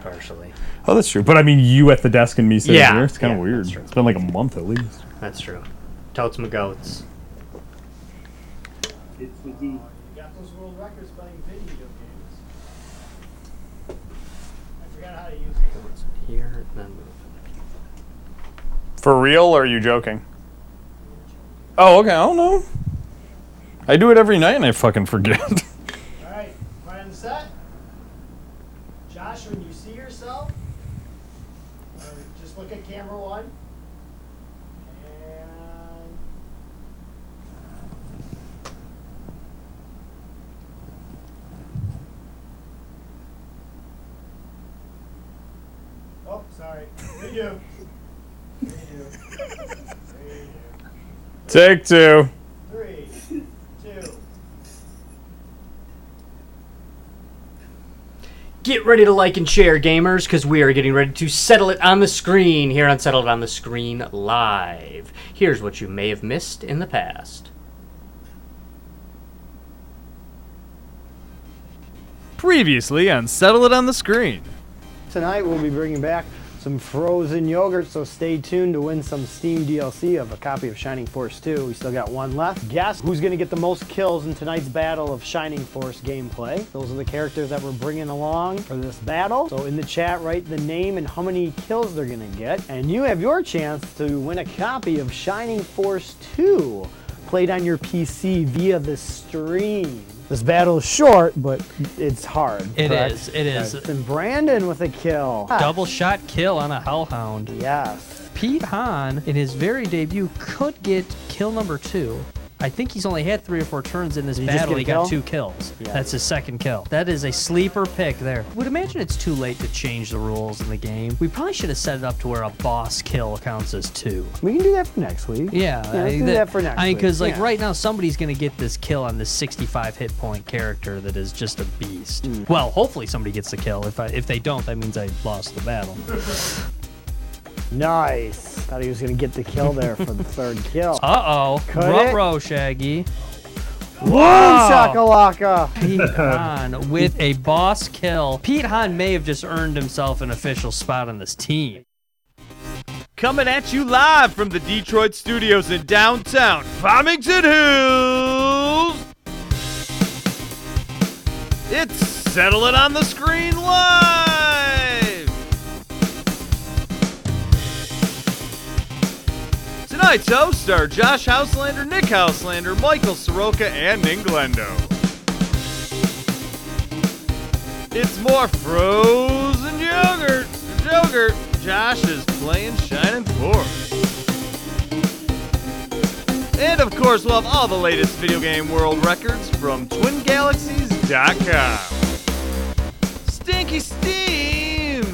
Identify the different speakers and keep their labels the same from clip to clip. Speaker 1: partially.
Speaker 2: Oh, that's true. But I mean, you at the desk and me sitting
Speaker 3: Yeah.
Speaker 2: here. It's kind of
Speaker 1: Yeah,
Speaker 2: weird.
Speaker 1: that's true.
Speaker 2: It's been like a month at least.
Speaker 1: That's true. Totes my goats.
Speaker 4: It's McGee. You got those world records playing video games. I forgot how to use it.
Speaker 1: Once in here, and then move it.
Speaker 3: For real, or are you joking? Oh, okay. I don't know. I do it every night and I fucking forget.
Speaker 4: All right, plan set. Josh, when you see yourself, uh, just look at camera one. And oh, sorry, redo, redo, redo.
Speaker 3: Take two.
Speaker 4: Three, two.
Speaker 1: Get ready to like and share, gamers, because we are getting ready to settle it on the screen here on Settle It on the Screen Live. Here's what you may have missed in the past.
Speaker 5: Previously on Settle It on the Screen.
Speaker 4: Tonight we'll be bringing back some frozen yogurt, so stay tuned to win some Steam DLC of a copy of Shining Force 2. We still got one left. Guess who's going to get the most kills in tonight's battle of Shining Force gameplay? Those are the characters that we're bringing along for this battle. So in the chat, write the name and how many kills they're going to get, and you have your chance to win a copy of Shining Force 2 played on your PC via the stream. This battle is short, but it's hard.
Speaker 6: It
Speaker 4: correct?
Speaker 6: is, it is.
Speaker 4: And Brandon with a kill.
Speaker 6: Double shot kill on a Hellhound.
Speaker 4: Yes.
Speaker 6: Pete Hahn, in his very debut, could get kill number two. I think he's only had three or four turns in this
Speaker 4: Did he just
Speaker 6: battle.
Speaker 4: get a
Speaker 6: He got
Speaker 4: kill?
Speaker 6: two kills.
Speaker 4: Yeah.
Speaker 6: That's his second kill. That is a sleeper pick there. Would imagine it's too late to change the rules in the game. We probably should have set it up to where a boss kill counts as two.
Speaker 4: We can do that for next week.
Speaker 6: Yeah,
Speaker 4: Yeah,
Speaker 6: I
Speaker 4: let's
Speaker 6: mean,
Speaker 4: do that for next
Speaker 6: I mean,
Speaker 4: week.
Speaker 6: because like
Speaker 4: Yeah.
Speaker 6: right now, somebody's gonna get this kill on this 65 hit point character that is just a beast. Well, hopefully somebody gets the kill. If I, if they don't, that means I lost the battle.
Speaker 4: Nice. Thought he was going to get the kill there for the third kill.
Speaker 6: Uh oh,
Speaker 4: Cut it.
Speaker 6: row Shaggy.
Speaker 4: Chakalaka.
Speaker 6: Pete Hahn with a boss kill. Pete Hahn may have just earned himself an official spot on this team.
Speaker 5: Coming at you live from the Detroit studios in downtown Farmington Hills. It's Settle It on the Screen Live. Tonight's hosts are Josh Houselander, Nick Houselander, Michael Soroka, and Ninglendo. It's more frozen yogurt. Yogurt. Josh is playing Shining Force. And of course, we'll have all the latest video game world records from TwinGalaxies.com. Stinky Steam!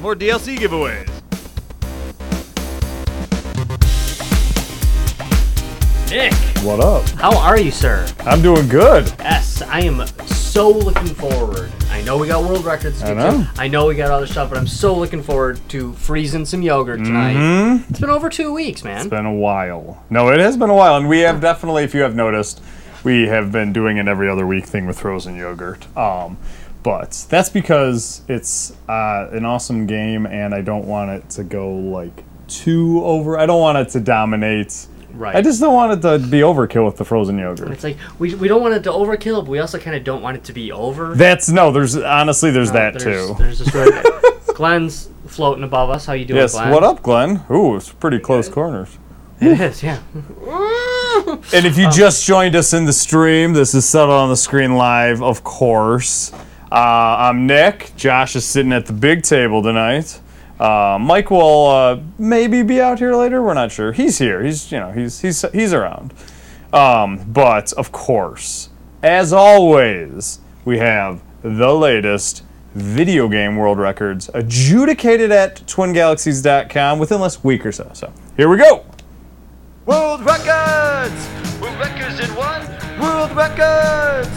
Speaker 5: More DLC giveaways.
Speaker 1: Nick,
Speaker 2: What up?
Speaker 1: how are you, sir?
Speaker 2: I'm doing good.
Speaker 1: Yes, I am so looking forward. I know we got world records to
Speaker 2: I
Speaker 1: get
Speaker 2: know.
Speaker 1: to. I know we got other stuff, but I'm so looking forward to freezing some yogurt tonight.
Speaker 5: Hmm?
Speaker 1: It's been over two weeks, man.
Speaker 2: Mm-hmm. It's been a while. No, it has been a while, and we have definitely, if you have noticed, we have been doing an every other week thing with frozen yogurt. Um, but that's because it's uh, an awesome game, and I don't want it to go like too over. I don't want it to dominate.
Speaker 1: Right.
Speaker 2: I just don't want it to be overkill with the frozen yogurt.
Speaker 1: It's like we, we don't want it to overkill, but we also kind of don't want it to be over.
Speaker 2: That's no. There's honestly, there's that
Speaker 1: there's,
Speaker 2: too.
Speaker 1: There's this red. Glenn's floating above us. How you doing,
Speaker 2: Yes.
Speaker 1: Glenn?
Speaker 2: What up, Glenn? Ooh, it's pretty close corners.
Speaker 1: It is, yeah.
Speaker 2: And if you just joined us in the stream, this is Settle on the Screen Live, of course. Uh, I'm Nick. Josh is sitting at the big table tonight. Uh, Mike will uh, maybe be out here later. We're not sure. He's here. He's you know he's he's he's around. Um, but of course, as always, we have the latest video game world records adjudicated at twingalaxies.com within the last week or so. So here we go.
Speaker 5: World records! World records in one! World records!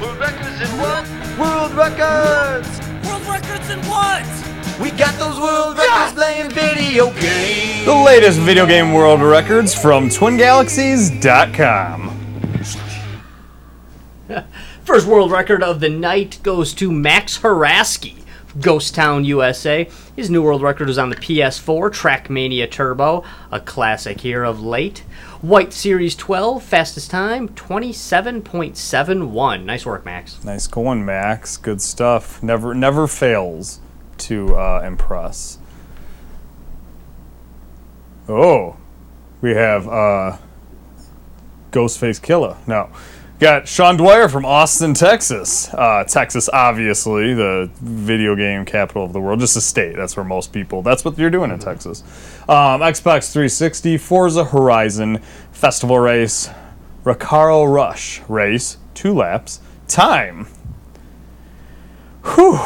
Speaker 5: World records in one! World records!
Speaker 7: World records in what?
Speaker 5: We got those world records playing video games!
Speaker 2: The latest video game world records from twingalaxies.com.
Speaker 1: First world record of the night goes to Max Haraski Ghost Town, USA. His new world record was on the PS4 Trackmania Turbo, a classic here of late. White Series 12, fastest time, 27.71. Nice work, Max.
Speaker 2: Nice going, Max. Good stuff. Never never fails to uh, impress. Oh, we have uh, Ghostface Killer. No, got Sean Dwyer from Austin, Texas. Uh, Texas, obviously, the video game capital of the world. Just a state. That's where most people. That's what you're doing in Texas. Um, Xbox 360, Forza Horizon, Festival Race, Recaro Rush race, two laps, time. Whew.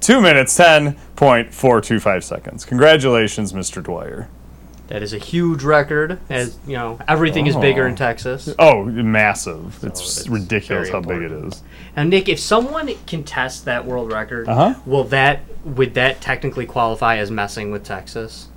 Speaker 2: Two minutes, 10.425 seconds. Congratulations, Mr. Dwyer.
Speaker 1: That is a huge record. As you know, everything is bigger in Texas.
Speaker 2: Oh, massive. it's,
Speaker 1: it's
Speaker 2: ridiculous
Speaker 1: very
Speaker 2: how big it is.
Speaker 1: Now, Nick, if someone contests that world record,
Speaker 2: Uh-huh.
Speaker 1: will that would that technically qualify as messing with Texas?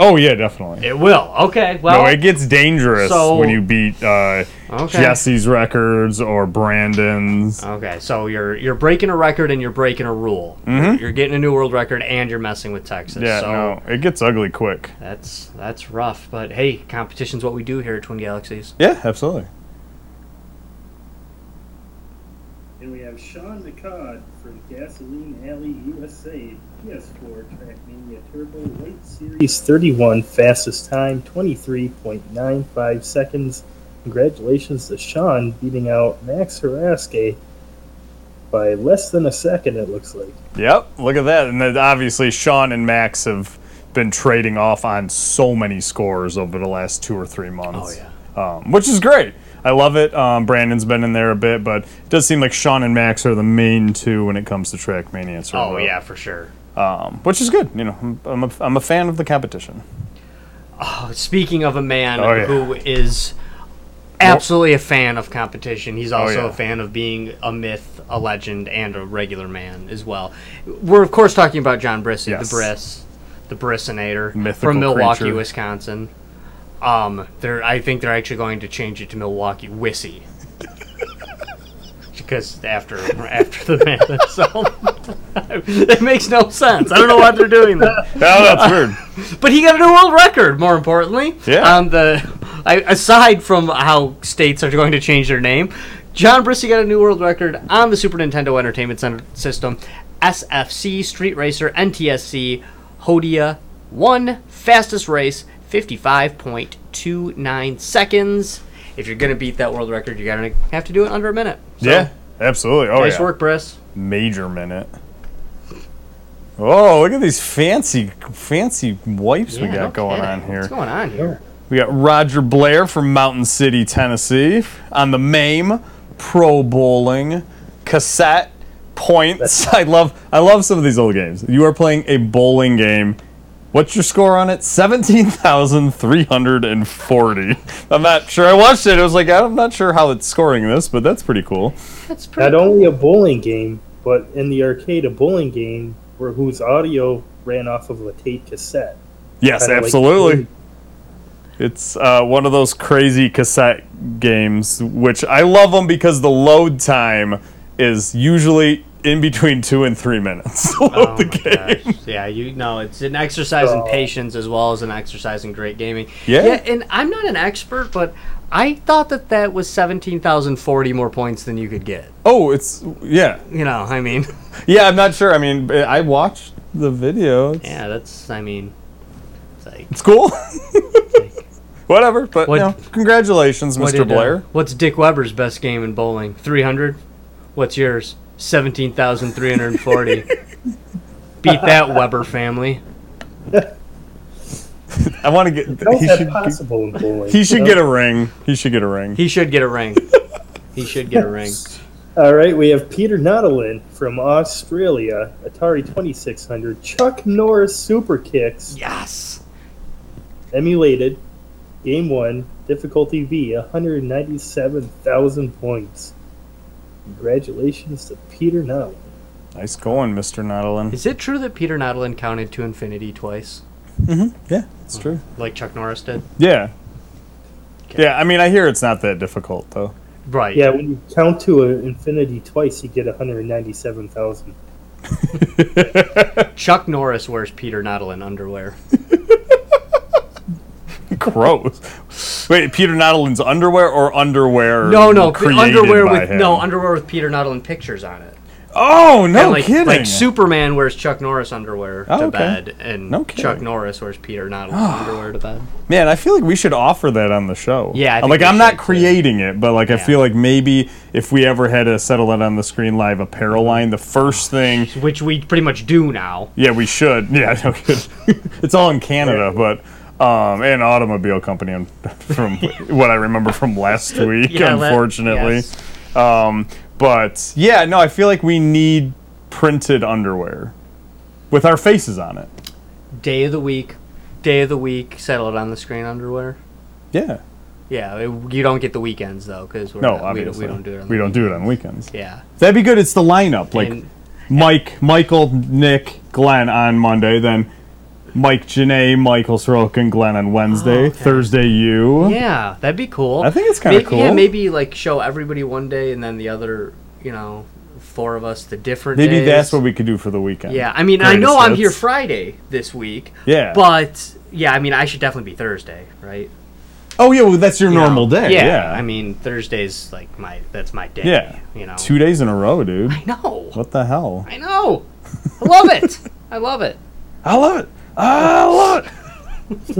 Speaker 2: Oh, yeah, definitely.
Speaker 1: It will. Okay. Well,
Speaker 2: no, it gets dangerous
Speaker 1: So-
Speaker 2: when you beat uh,
Speaker 1: Okay. Uh,
Speaker 2: Jesse's records or Brandon's.
Speaker 1: Okay, so you're you're breaking a record and you're breaking a rule. You're getting a new world record and you're messing with Texas.
Speaker 2: Mm-hmm. yeah,
Speaker 1: so
Speaker 2: no, it gets ugly quick.
Speaker 1: that's that's rough. But hey, competition's what we do here at Twin Galaxies.
Speaker 2: Yeah, absolutely.
Speaker 8: And we have Sean McCod from Gasoline Alley USA PS4 Trackmania Turbo Late Series 31 fastest time 23.95 seconds. Congratulations to Sean beating out Max Haraske by less than a second it looks like.
Speaker 2: Yep, look at that. And then obviously, Sean and Max have been trading off on so many scores over the last two or three months.
Speaker 1: Oh,
Speaker 2: yeah. Um, which is great. I love it. Um, Brandon's been in there a bit, but it does seem like Sean and Max are the main two when it comes to Trackmania. and
Speaker 1: Oh
Speaker 2: Survival.
Speaker 1: yeah, for sure.
Speaker 2: Um, which is good. You know, I'm, I'm, a, I'm a fan of the competition.
Speaker 1: Speaking of a man
Speaker 2: Oh, yeah.
Speaker 1: who is absolutely a fan of competition, he's also
Speaker 2: Oh, yeah.
Speaker 1: a fan of being a myth, a legend, and a regular man as well. We're of course talking about John Brissy,
Speaker 2: Yes.
Speaker 1: the Briss, the Brissinator
Speaker 2: Mythical
Speaker 1: from Milwaukee,
Speaker 2: creature.
Speaker 1: Wisconsin. Um, they're I think they're actually going to change it to Milwaukee Wissy. Because after after the man himself, it makes no sense. I don't know why they're doing that.
Speaker 2: Oh, that's weird.
Speaker 1: But he got a new world record. More importantly,
Speaker 2: Yeah.
Speaker 1: On the I, aside from how states are going to change their name, John Brissy got a new world record on the Super Nintendo Entertainment Center system, SFC Street Racer NTSC Hodia One fastest race, fifty-five point two nine seconds. If you're gonna beat that world record, you're gonna have to do it under a minute. So,
Speaker 2: yeah, absolutely. Oh,
Speaker 1: nice
Speaker 2: yeah.
Speaker 1: work, Briss.
Speaker 2: Major minute. Oh, look at these fancy, fancy wipes we
Speaker 1: Yeah,
Speaker 2: got
Speaker 1: no
Speaker 2: going
Speaker 1: kidding.
Speaker 2: on here.
Speaker 1: What's going on here?
Speaker 2: We got Roger Blair from Mountain City, Tennessee, on the MAME Pro Bowling cassette points. I love, I love some of these old games. You are playing a bowling game. What's your score on it? Seventeen thousand three hundred and forty. I'm not sure. I watched it. I was like, I'm not sure how it's scoring this, but that's pretty cool.
Speaker 1: That's pretty.
Speaker 8: Not only a bowling game, but in the arcade a bowling game where whose audio ran off of a tape cassette.
Speaker 2: Yes,
Speaker 8: Kinda like-
Speaker 2: absolutely. It's uh, one of those crazy cassette games, which I love them because the load time is usually in between two and three minutes. to load
Speaker 1: Oh
Speaker 2: the
Speaker 1: my
Speaker 2: game.
Speaker 1: gosh. Yeah, you know, it's an exercise in
Speaker 8: So-
Speaker 1: patience as well as an exercise in great gaming.
Speaker 2: Yeah.
Speaker 1: and I'm not an expert, but I thought that that was 17,040 more points than you could get.
Speaker 2: Oh, it's yeah,
Speaker 1: You know, I mean,
Speaker 2: yeah. I'm not sure. I mean, I I watched the video. It's,
Speaker 1: yeah, that's, I mean, it's like,
Speaker 2: it's cool. Whatever, but
Speaker 1: What-
Speaker 2: you know, congratulations,
Speaker 1: what
Speaker 2: Mr.
Speaker 1: did, uh,
Speaker 2: Blair.
Speaker 1: what's Dick Weber's best game in bowling? 300? What's yours? 17,340. Beat that Weber family.
Speaker 2: I want to get.
Speaker 8: How
Speaker 2: He
Speaker 8: is that
Speaker 2: should,
Speaker 8: possible in bowling?
Speaker 2: he should
Speaker 8: you
Speaker 2: get
Speaker 8: know?
Speaker 2: a ring. He should get a ring.
Speaker 1: He should get a ring. He should get a ring.
Speaker 8: All right, we have Peter Nautilin from Australia, Atari 2600, Chuck Norris Super Kicks,
Speaker 1: Yes.
Speaker 8: emulated, Game 1, difficulty V, 197,000 points. Congratulations to Peter Nautilin.
Speaker 2: Nice going, Mr. Nautilin.
Speaker 1: Is it true that Peter Nautilin counted to infinity twice?
Speaker 2: Yeah, it's true.
Speaker 1: like Chuck Norris did.
Speaker 2: Yeah. Yeah, I mean, I hear it's not that difficult though.
Speaker 1: Right.
Speaker 8: Yeah, when you count to a infinity twice, you get 197,000.
Speaker 1: Chuck Norris wears Peter Nautilin underwear.
Speaker 2: Gross. Wait, Peter Naudelin's underwear or underwear?
Speaker 1: No, no, p-
Speaker 2: created
Speaker 1: underwear
Speaker 2: by
Speaker 1: with
Speaker 2: him?
Speaker 1: no underwear with Peter Nautilin pictures on it.
Speaker 2: Oh no,
Speaker 1: And, like,
Speaker 2: kidding.
Speaker 1: Like Superman wears Chuck Norris underwear
Speaker 2: Oh,
Speaker 1: to
Speaker 2: okay.
Speaker 1: bed, and
Speaker 2: No kidding. Ah.
Speaker 1: Chuck Norris wears Peter Nautilin underwear to bed.
Speaker 2: Man, I feel like we should offer that on the show.
Speaker 1: Yeah, I
Speaker 2: I'm
Speaker 1: think
Speaker 2: like
Speaker 1: we
Speaker 2: I'm
Speaker 1: should,
Speaker 2: not
Speaker 1: too.
Speaker 2: creating it, but like I
Speaker 1: Yeah.
Speaker 2: feel like maybe if we ever had to settle it on the screen live apparel line, the first thing,
Speaker 1: Which we pretty much do now.
Speaker 2: yeah, we should. Yeah, no kidding. it's all in Canada, but um, and automobile company on- from what I remember from last week,
Speaker 1: Yeah, let-
Speaker 2: unfortunately.
Speaker 1: yes.
Speaker 2: Um, but yeah, no, I feel like we need printed underwear with our faces on it.
Speaker 1: Day of the week, day of the week, settle it on the screen underwear.
Speaker 2: Yeah.
Speaker 1: Yeah, it- you don't get the weekends though, because
Speaker 2: No,
Speaker 1: we, don't-
Speaker 2: obviously
Speaker 1: we don't do it. On
Speaker 2: we
Speaker 1: the
Speaker 2: don't do it on weekends.
Speaker 1: Yeah,
Speaker 2: That'd be good. It's the lineup. Like
Speaker 1: And-
Speaker 2: Mike, Michael, Nick, Glenn on Monday, then Mike, Janae, Michael, Sorokin, Glenn on
Speaker 1: Oh,
Speaker 2: Wednesday, Thursday, you.
Speaker 1: yeah, that'd be cool.
Speaker 2: I think it's kinda
Speaker 1: Maybe- Yeah,
Speaker 2: cool.
Speaker 1: maybe like show everybody one day, and then the other, you know, four of us the different.
Speaker 2: Maybe
Speaker 1: days.
Speaker 2: that's what we could do for the weekend.
Speaker 1: Yeah, I mean, I
Speaker 2: Greatest
Speaker 1: know I'm
Speaker 2: hits.
Speaker 1: here Friday this week.
Speaker 2: Yeah.
Speaker 1: But yeah, I mean, I should definitely be Thursday, right?
Speaker 2: Oh yeah, well that's your
Speaker 1: You know?
Speaker 2: normal day.
Speaker 1: Yeah,
Speaker 2: Yeah.
Speaker 1: I mean, Thursday's like my that's my day.
Speaker 2: Yeah.
Speaker 1: You know.
Speaker 2: two days in a row, dude.
Speaker 1: I know.
Speaker 2: What the hell?
Speaker 1: I know. I love it. I love it.
Speaker 2: I love it. I love it.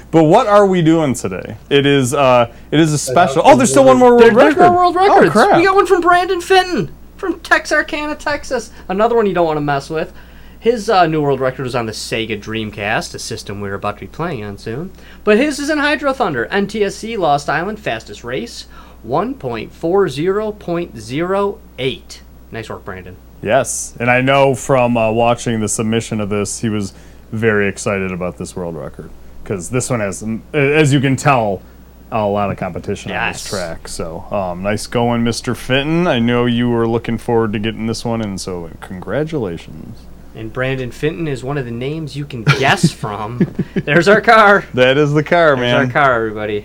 Speaker 2: but what are we doing today? It is uh it is a special. Oh, there's still one more world
Speaker 1: There-
Speaker 2: record.
Speaker 1: there's no world records.
Speaker 2: Oh crap.
Speaker 1: We got one from Brandon Fenton from Texarkana, Texas. Another one you don't want to mess with. His uh, new world record was on the Sega Dreamcast, a system we're about to be playing on soon. But his is in Hydro Thunder, NTSC Lost Island fastest race, 1.40.08. Nice work, Brandon.
Speaker 2: Yes, and I know from uh, watching the submission of this, he was very excited about this world record because this one has, mm, as you can tell, a lot of competition on
Speaker 1: Yes.
Speaker 2: this track. So um, nice going, Mr. Fenton. I know you were looking forward to getting this one, and so congratulations.
Speaker 1: And Brandon Fenton is one of the names you can guess from. There's our car.
Speaker 2: That is the car,
Speaker 1: There's our
Speaker 2: man.
Speaker 1: car, everybody.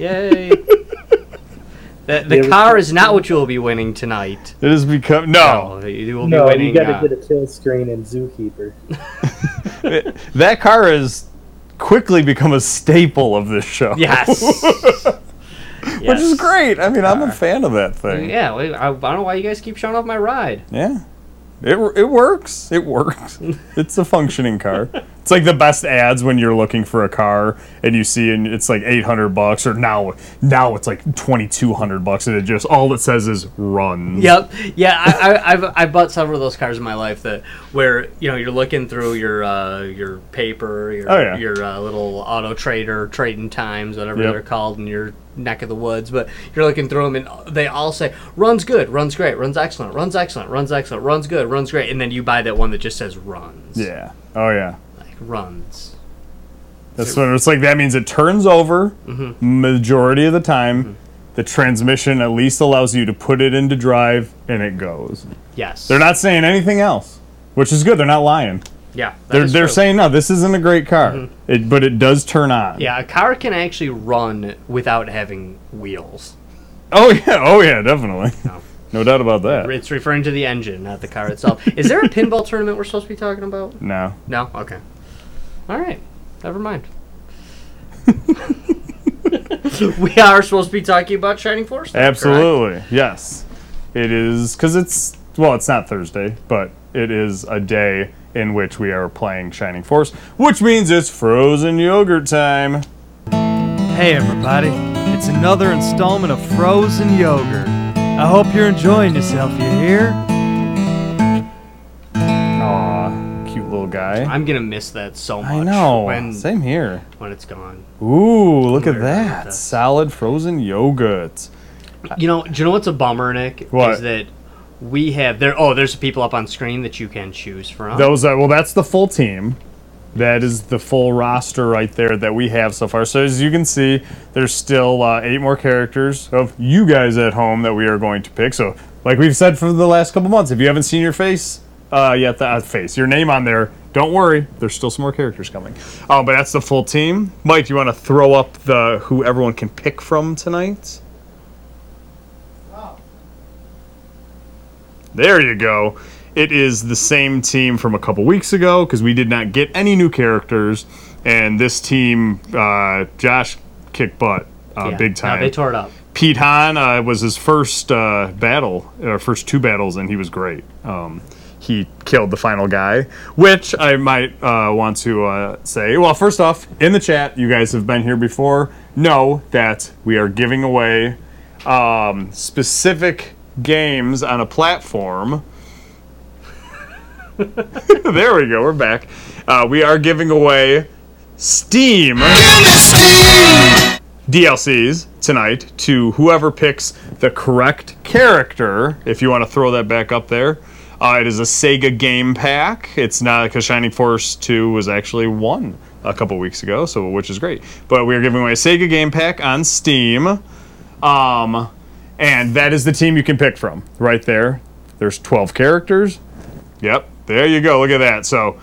Speaker 1: Yay. the the
Speaker 8: Yeah, we-
Speaker 1: car is not what you will be winning tonight.
Speaker 2: It has become no.
Speaker 1: Oh, you will
Speaker 8: No,
Speaker 1: be
Speaker 8: you
Speaker 1: winning.
Speaker 8: got to
Speaker 1: uh,
Speaker 8: get a kill screen in Zookeeper.
Speaker 2: that car has quickly become a staple of this show.
Speaker 1: yes.
Speaker 2: which is great. I mean, I'm a fan of that thing.
Speaker 1: Yeah, wait, I, I don't know why you guys keep showing off my ride.
Speaker 2: Yeah. It, it works. It works. It's a functioning car. It's like the best ads when you're looking for a car and you see and it's like 800 bucks or now now it's like 2200 bucks and it just all it says is runs.
Speaker 1: Yep. Yeah, I, I, I've I bought several of those cars in my life that where you know you're looking through your uh, your paper, your
Speaker 2: Oh, yeah.
Speaker 1: your uh, little auto trader, trading times, whatever
Speaker 2: Yep.
Speaker 1: they're called in your neck of the woods. But you're looking through them, and they all say runs good, runs great, runs excellent, runs excellent, runs excellent, runs good, runs great, and then you buy that one that just says runs.
Speaker 2: Yeah. Oh yeah.
Speaker 1: Like runs.
Speaker 2: That's what it's like that means it turns over majority of the time. The transmission at least allows you to put it into drive and it goes.
Speaker 1: Yes.
Speaker 2: They're not saying anything else, which is good. They're not lying.
Speaker 1: Yeah. that
Speaker 2: They're,
Speaker 1: is
Speaker 2: they're
Speaker 1: true. Mm-hmm.
Speaker 2: saying no, this isn't a great car. It but it does turn on.
Speaker 1: Yeah, a car can actually run without having wheels.
Speaker 2: Oh yeah, oh yeah, definitely.
Speaker 1: No.
Speaker 2: No, doubt about that.
Speaker 1: It's referring to the engine, not the car itself. Is there a pinball tournament we're supposed to be talking about?
Speaker 2: No.
Speaker 1: No? Okay. All right. Never mind. we are supposed to be talking about Shining Force. though,
Speaker 2: Absolutely. Yes. It is cuz it's well, it's not Thursday, but it is a day in which we are playing Shining Force, which means it's frozen yogurt time.
Speaker 9: Hey, everybody. It's another installment of Frozen Yogurt. I hope you're enjoying yourself, you hear?
Speaker 2: Aw, cute little
Speaker 1: correct?
Speaker 2: guy.
Speaker 1: I'm gonna miss that so much.
Speaker 2: I know.
Speaker 1: When
Speaker 2: Same here.
Speaker 1: when it's gone.
Speaker 2: Ooh, look
Speaker 1: Weird,
Speaker 2: at
Speaker 1: I like
Speaker 2: that.
Speaker 1: that.
Speaker 2: Solid frozen yogurt.
Speaker 1: You know. Do you know what's a bummer, Nick?
Speaker 2: What?
Speaker 1: Is that we have there? Oh, there's people up on screen that you can choose from.
Speaker 2: Those are well. That's the full team. That is the full roster right there that we have so far. So as you can see, there's still uh, eight more characters of you guys at home that we are going to pick. So like we've said for the last couple months, if you haven't seen your face uh, yet, the uh, face your name on there, don't worry. There's still some more characters coming. Oh, but that's the full team. Mike, you want to throw up the who everyone can pick from tonight? There you go. It is the same team from a couple weeks ago because we did not get any new characters, and this team, uh, Josh kicked butt uh,
Speaker 1: Yeah.
Speaker 2: big
Speaker 1: No,
Speaker 2: time.
Speaker 1: they tore it up.
Speaker 2: Pete Hahn uh, was his first uh, battle, or first two battles, and he was great. Um, he killed the final guy, which I might uh, want to uh, say. Well, first off, in the chat, you guys have been here before. Know that we are giving away um, specific games on a platform. there we go. We're back. Uh, we are giving away Steam. DLCs tonight to whoever picks the correct character. If you want to throw that back up there, uh, it is a Sega game pack. It's not because Shining Force Two was actually one a couple weeks ago, so which is great. But we are giving away a Sega game pack on Steam, um, and that is the team you can pick from right there. There's 12 characters. Yep, there you go. Look at that. So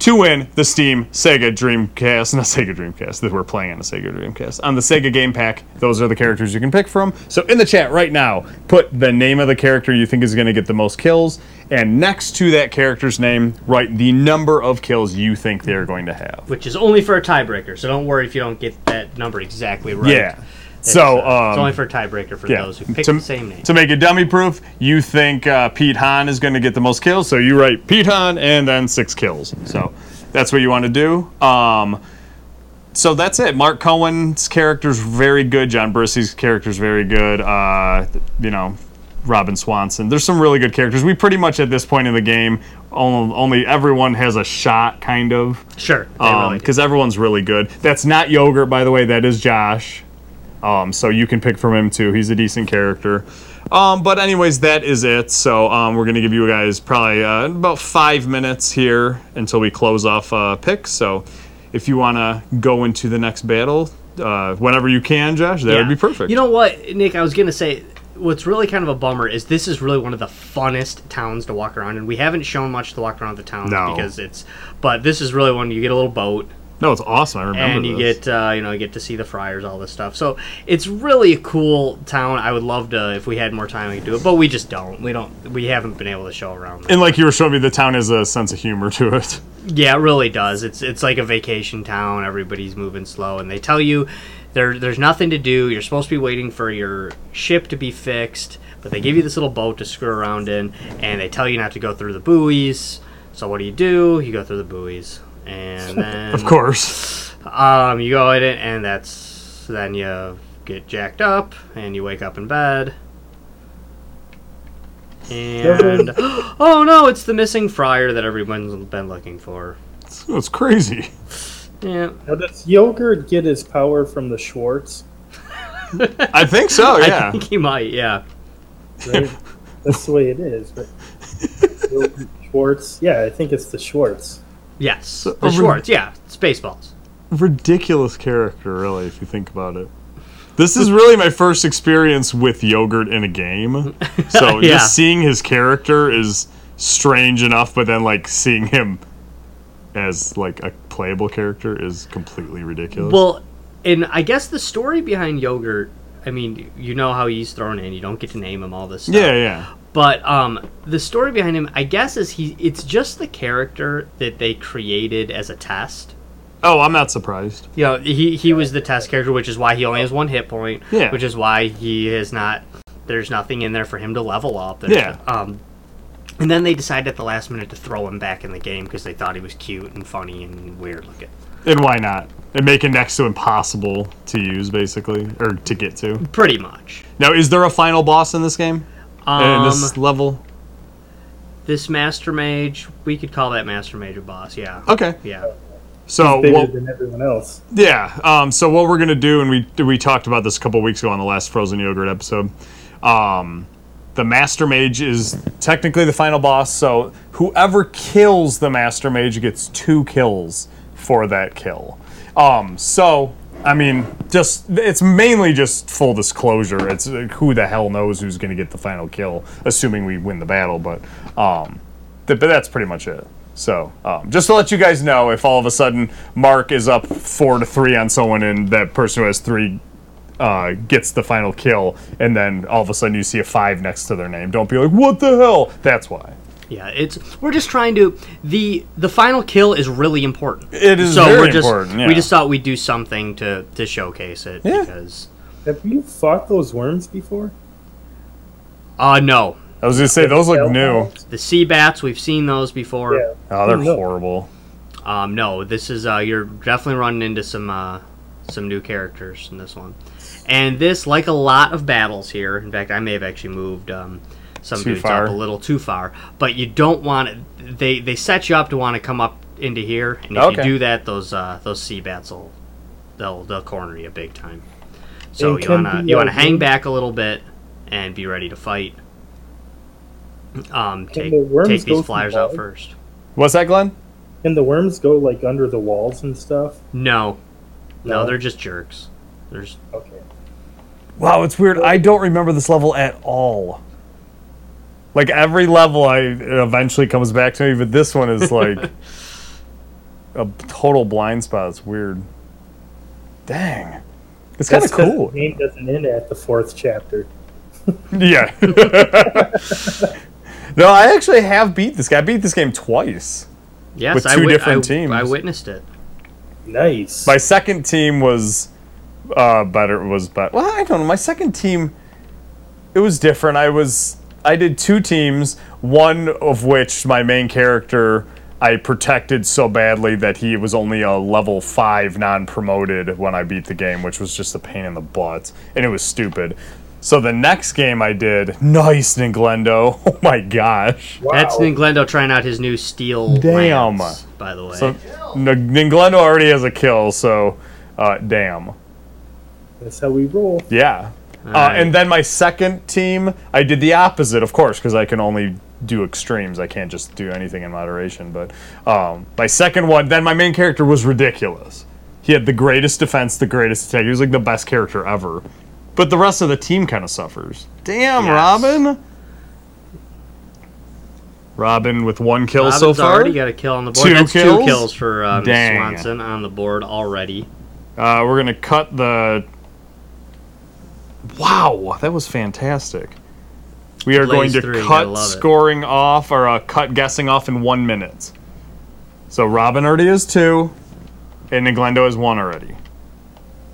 Speaker 2: to win the Steam Sega Dreamcast, not Sega Dreamcast, that we're playing on the Sega Dreamcast, on the Sega Game Pack. Those are the characters you can pick from. So in the chat right now, put the name of the character you think is going to get the most kills, and next to that character's name, write the number of kills you think they're going to have.
Speaker 1: Which is only for a tiebreaker, so don't worry if you don't get that number exactly right.
Speaker 2: Yeah.
Speaker 1: It's, uh,
Speaker 2: So um,
Speaker 1: it's only for a tiebreaker for
Speaker 2: yeah.
Speaker 1: those who pick
Speaker 2: to,
Speaker 1: the same name.
Speaker 2: To make it dummy proof, you think uh, Pete Hahn is going to get the most kills, so you write Pete Hahn and then six kills. So that's what you want to do. Um, so that's it. Mark Cohen's character's very good. John Brissey's character's very good. Uh, th- you know, Robin Swanson. There's some really good characters. We pretty much at this point in the game, only, only everyone has a shot, kind of
Speaker 1: sure. They really do.
Speaker 2: because Um, everyone's really good. That's not yogurt, by the way. That is Josh. Um, so you can pick from him too. He's a decent character. Um, but anyways, that is it. So um, we're gonna give you guys probably uh, about five minutes here until we close off uh, picks. So if you wanna go into the next battle uh, whenever you can, Josh, that would
Speaker 1: Yeah.
Speaker 2: be perfect.
Speaker 1: You know what, Nick? I was gonna say what's really kind of a bummer is this is really one of the funnest towns to walk around, and we haven't shown much to walk around the town
Speaker 2: No.
Speaker 1: because it's. But this is really one you get a little boat
Speaker 2: no, it's awesome. I remember.
Speaker 1: and you
Speaker 2: this.
Speaker 1: get uh, you know you get to see the friars, all this stuff. So it's really a cool town. I would love to if we had more time we could do it, but we just don't. We don't. We haven't been able to show around.
Speaker 2: and like you were showing me, the town has a sense of humor to it.
Speaker 1: Yeah, it really does. It's it's like a vacation town. Everybody's moving slow, and they tell you there there's nothing to do. You're supposed to be waiting for your ship to be fixed, but they give you this little boat to screw around in, and they tell you not to go through the buoys. So what do you do? You go through the buoys, and then
Speaker 2: Of course.
Speaker 1: um, you go in it, and that's then you get jacked up, and you wake up in bed. And oh no, it's the missing friar that everyone's been looking for.
Speaker 2: It's crazy.
Speaker 1: Yeah,
Speaker 8: Now, does Yogurt get his power from the Schwartz?
Speaker 2: I think so.
Speaker 1: I
Speaker 2: Yeah.
Speaker 1: think he might. Yeah,
Speaker 8: Right? That's the way it is. But Yogurt Schwartz, yeah, I think it's the Schwartz.
Speaker 1: yes, the
Speaker 2: over-
Speaker 1: Schwartz. Yeah, Spaceballs.
Speaker 2: ridiculous character, really, if you think about it. This is really my first experience with yogurt in a game. So
Speaker 1: Yeah.
Speaker 2: just seeing his character is strange enough, but then like seeing him as like a playable character is completely ridiculous.
Speaker 1: Well, and I guess the story behind Yogurt. I mean, you know how he's thrown in. You don't get to name him all this stuff.
Speaker 2: yeah, yeah.
Speaker 1: But um, the story behind him, I guess, is he. It's just the character that they created as a test.
Speaker 2: Oh, I'm not surprised.
Speaker 1: You know, he he was the test character, which is why he only has one hit point.
Speaker 2: Yeah.
Speaker 1: Which is why he is not. There's nothing in there for him to level up. There's-
Speaker 2: Yeah.
Speaker 1: Um, and then they decided at the last minute to throw him back in the game because they thought he was cute and funny and weird looking.
Speaker 2: And why not? And make it next to impossible to use, basically, or to get to.
Speaker 1: Pretty much.
Speaker 2: Now, is there a final boss in this game?
Speaker 1: Um,
Speaker 2: in
Speaker 1: this,
Speaker 2: this level?
Speaker 1: master mage, we could call that master mage a boss. Yeah.
Speaker 2: Okay.
Speaker 1: Yeah.
Speaker 2: So,
Speaker 8: Bigger
Speaker 2: well,
Speaker 8: than everyone else.
Speaker 2: Yeah. Um, so what we're gonna do, and we we talked about this a couple weeks ago on the last frozen yogurt episode. Um, the master mage is technically the final boss, so whoever kills the master mage gets two kills for that kill. Um, so I mean, just it's mainly just full disclosure. It's uh, who the hell knows who's gonna get the final kill, assuming we win the battle. But um, Th- but that's pretty much it. So, um, just to let you guys know, if all of a sudden Mark is up four to three on someone, and that person who has three uh, gets the final kill, and then all of a sudden you see a five next to their name, don't be like, "What the hell?" That's why.
Speaker 1: Yeah, it's we're just trying to the the final kill is really important.
Speaker 2: It is
Speaker 1: so
Speaker 2: very
Speaker 1: we're just,
Speaker 2: important, yeah.
Speaker 1: We just thought we'd do something to to showcase it
Speaker 2: Yeah.
Speaker 1: because
Speaker 8: Have you fought those worms before?
Speaker 1: uh no
Speaker 2: I was gonna say those look
Speaker 8: Hell
Speaker 2: new.
Speaker 8: balls?
Speaker 1: the sea bats we've seen those before.
Speaker 8: Yeah.
Speaker 2: Oh, they're
Speaker 8: No.
Speaker 2: horrible.
Speaker 1: Um, no, this is uh, you're definitely running into some uh, some new characters in this one, and this like a lot of battles here. In fact, I may have actually moved um, some
Speaker 2: Too
Speaker 1: dudes
Speaker 2: far.
Speaker 1: up a little too far, but you don't want it. They they set you up to want to come up into here, and if
Speaker 2: Okay.
Speaker 1: you do that, those uh, those sea bats will they'll they'll corner you big time. So
Speaker 8: They
Speaker 1: you
Speaker 8: can
Speaker 1: wanna
Speaker 8: be
Speaker 1: you wanna
Speaker 8: a
Speaker 1: hang
Speaker 8: win-
Speaker 1: back a little bit and be ready to fight. Um, take
Speaker 8: the worms
Speaker 1: take these
Speaker 8: go through
Speaker 1: flyers out
Speaker 8: walls?
Speaker 1: first.
Speaker 2: What's that, Glenn?
Speaker 8: Can the worms go like under the walls and stuff?
Speaker 1: No. No,
Speaker 8: No?
Speaker 1: they're just jerks. There's
Speaker 8: Okay.
Speaker 2: Wow, it's weird. I don't remember this level at all. Like every level, I it eventually comes back to me, but this one is like a total blind spot. It's weird. Dang, it's kind of
Speaker 8: That's 'cause
Speaker 2: cool.
Speaker 8: The game doesn't end at the fourth chapter.
Speaker 2: Yeah. no, I actually have beat this guy. I beat this game twice.
Speaker 1: yes,
Speaker 2: With
Speaker 1: I
Speaker 2: two
Speaker 1: wit-
Speaker 2: different
Speaker 1: I-
Speaker 2: teams.
Speaker 1: I witnessed it.
Speaker 8: Nice.
Speaker 2: My second team was uh, better. Was better. Well, I don't know. My second team, it was different. I was I did two teams. One of which my main character I protected so badly that he was only a level five non-promoted when I beat the game, which was just a pain in the butt, and it was stupid. So the next game I did, nice Ninglendo. Oh my gosh.
Speaker 8: wow.
Speaker 1: That's Ninglendo trying out his new steel
Speaker 2: Damn.
Speaker 1: lance, by the way.
Speaker 2: So N- Ninglendo already has a kill, so uh, damn.
Speaker 8: That's how we roll.
Speaker 2: Yeah. Uh,
Speaker 1: right.
Speaker 2: And then my second team, I did the opposite, of course, because I can only do extremes. I can't just do anything in moderation. But um, my second one, then my main character was ridiculous. He had the greatest defense, the greatest attack. He was like the best character ever. But the rest of the team kind of suffers. Damn,
Speaker 1: Yes.
Speaker 2: Robin. Robin with one kill
Speaker 1: Robbins
Speaker 2: so far.
Speaker 1: already got a kill on the board.
Speaker 2: Two
Speaker 1: That's
Speaker 2: kills?
Speaker 1: two kills for uh, Miss
Speaker 2: Dang.
Speaker 1: Swanson on the board already.
Speaker 2: Uh, we're gonna cut the. Wow, that was fantastic. We are
Speaker 1: Blaze
Speaker 2: going to
Speaker 1: three, I
Speaker 2: cut
Speaker 1: love it.
Speaker 2: scoring off or uh, cut guessing off in one minute. So Robin already has two, and Glendo has one already.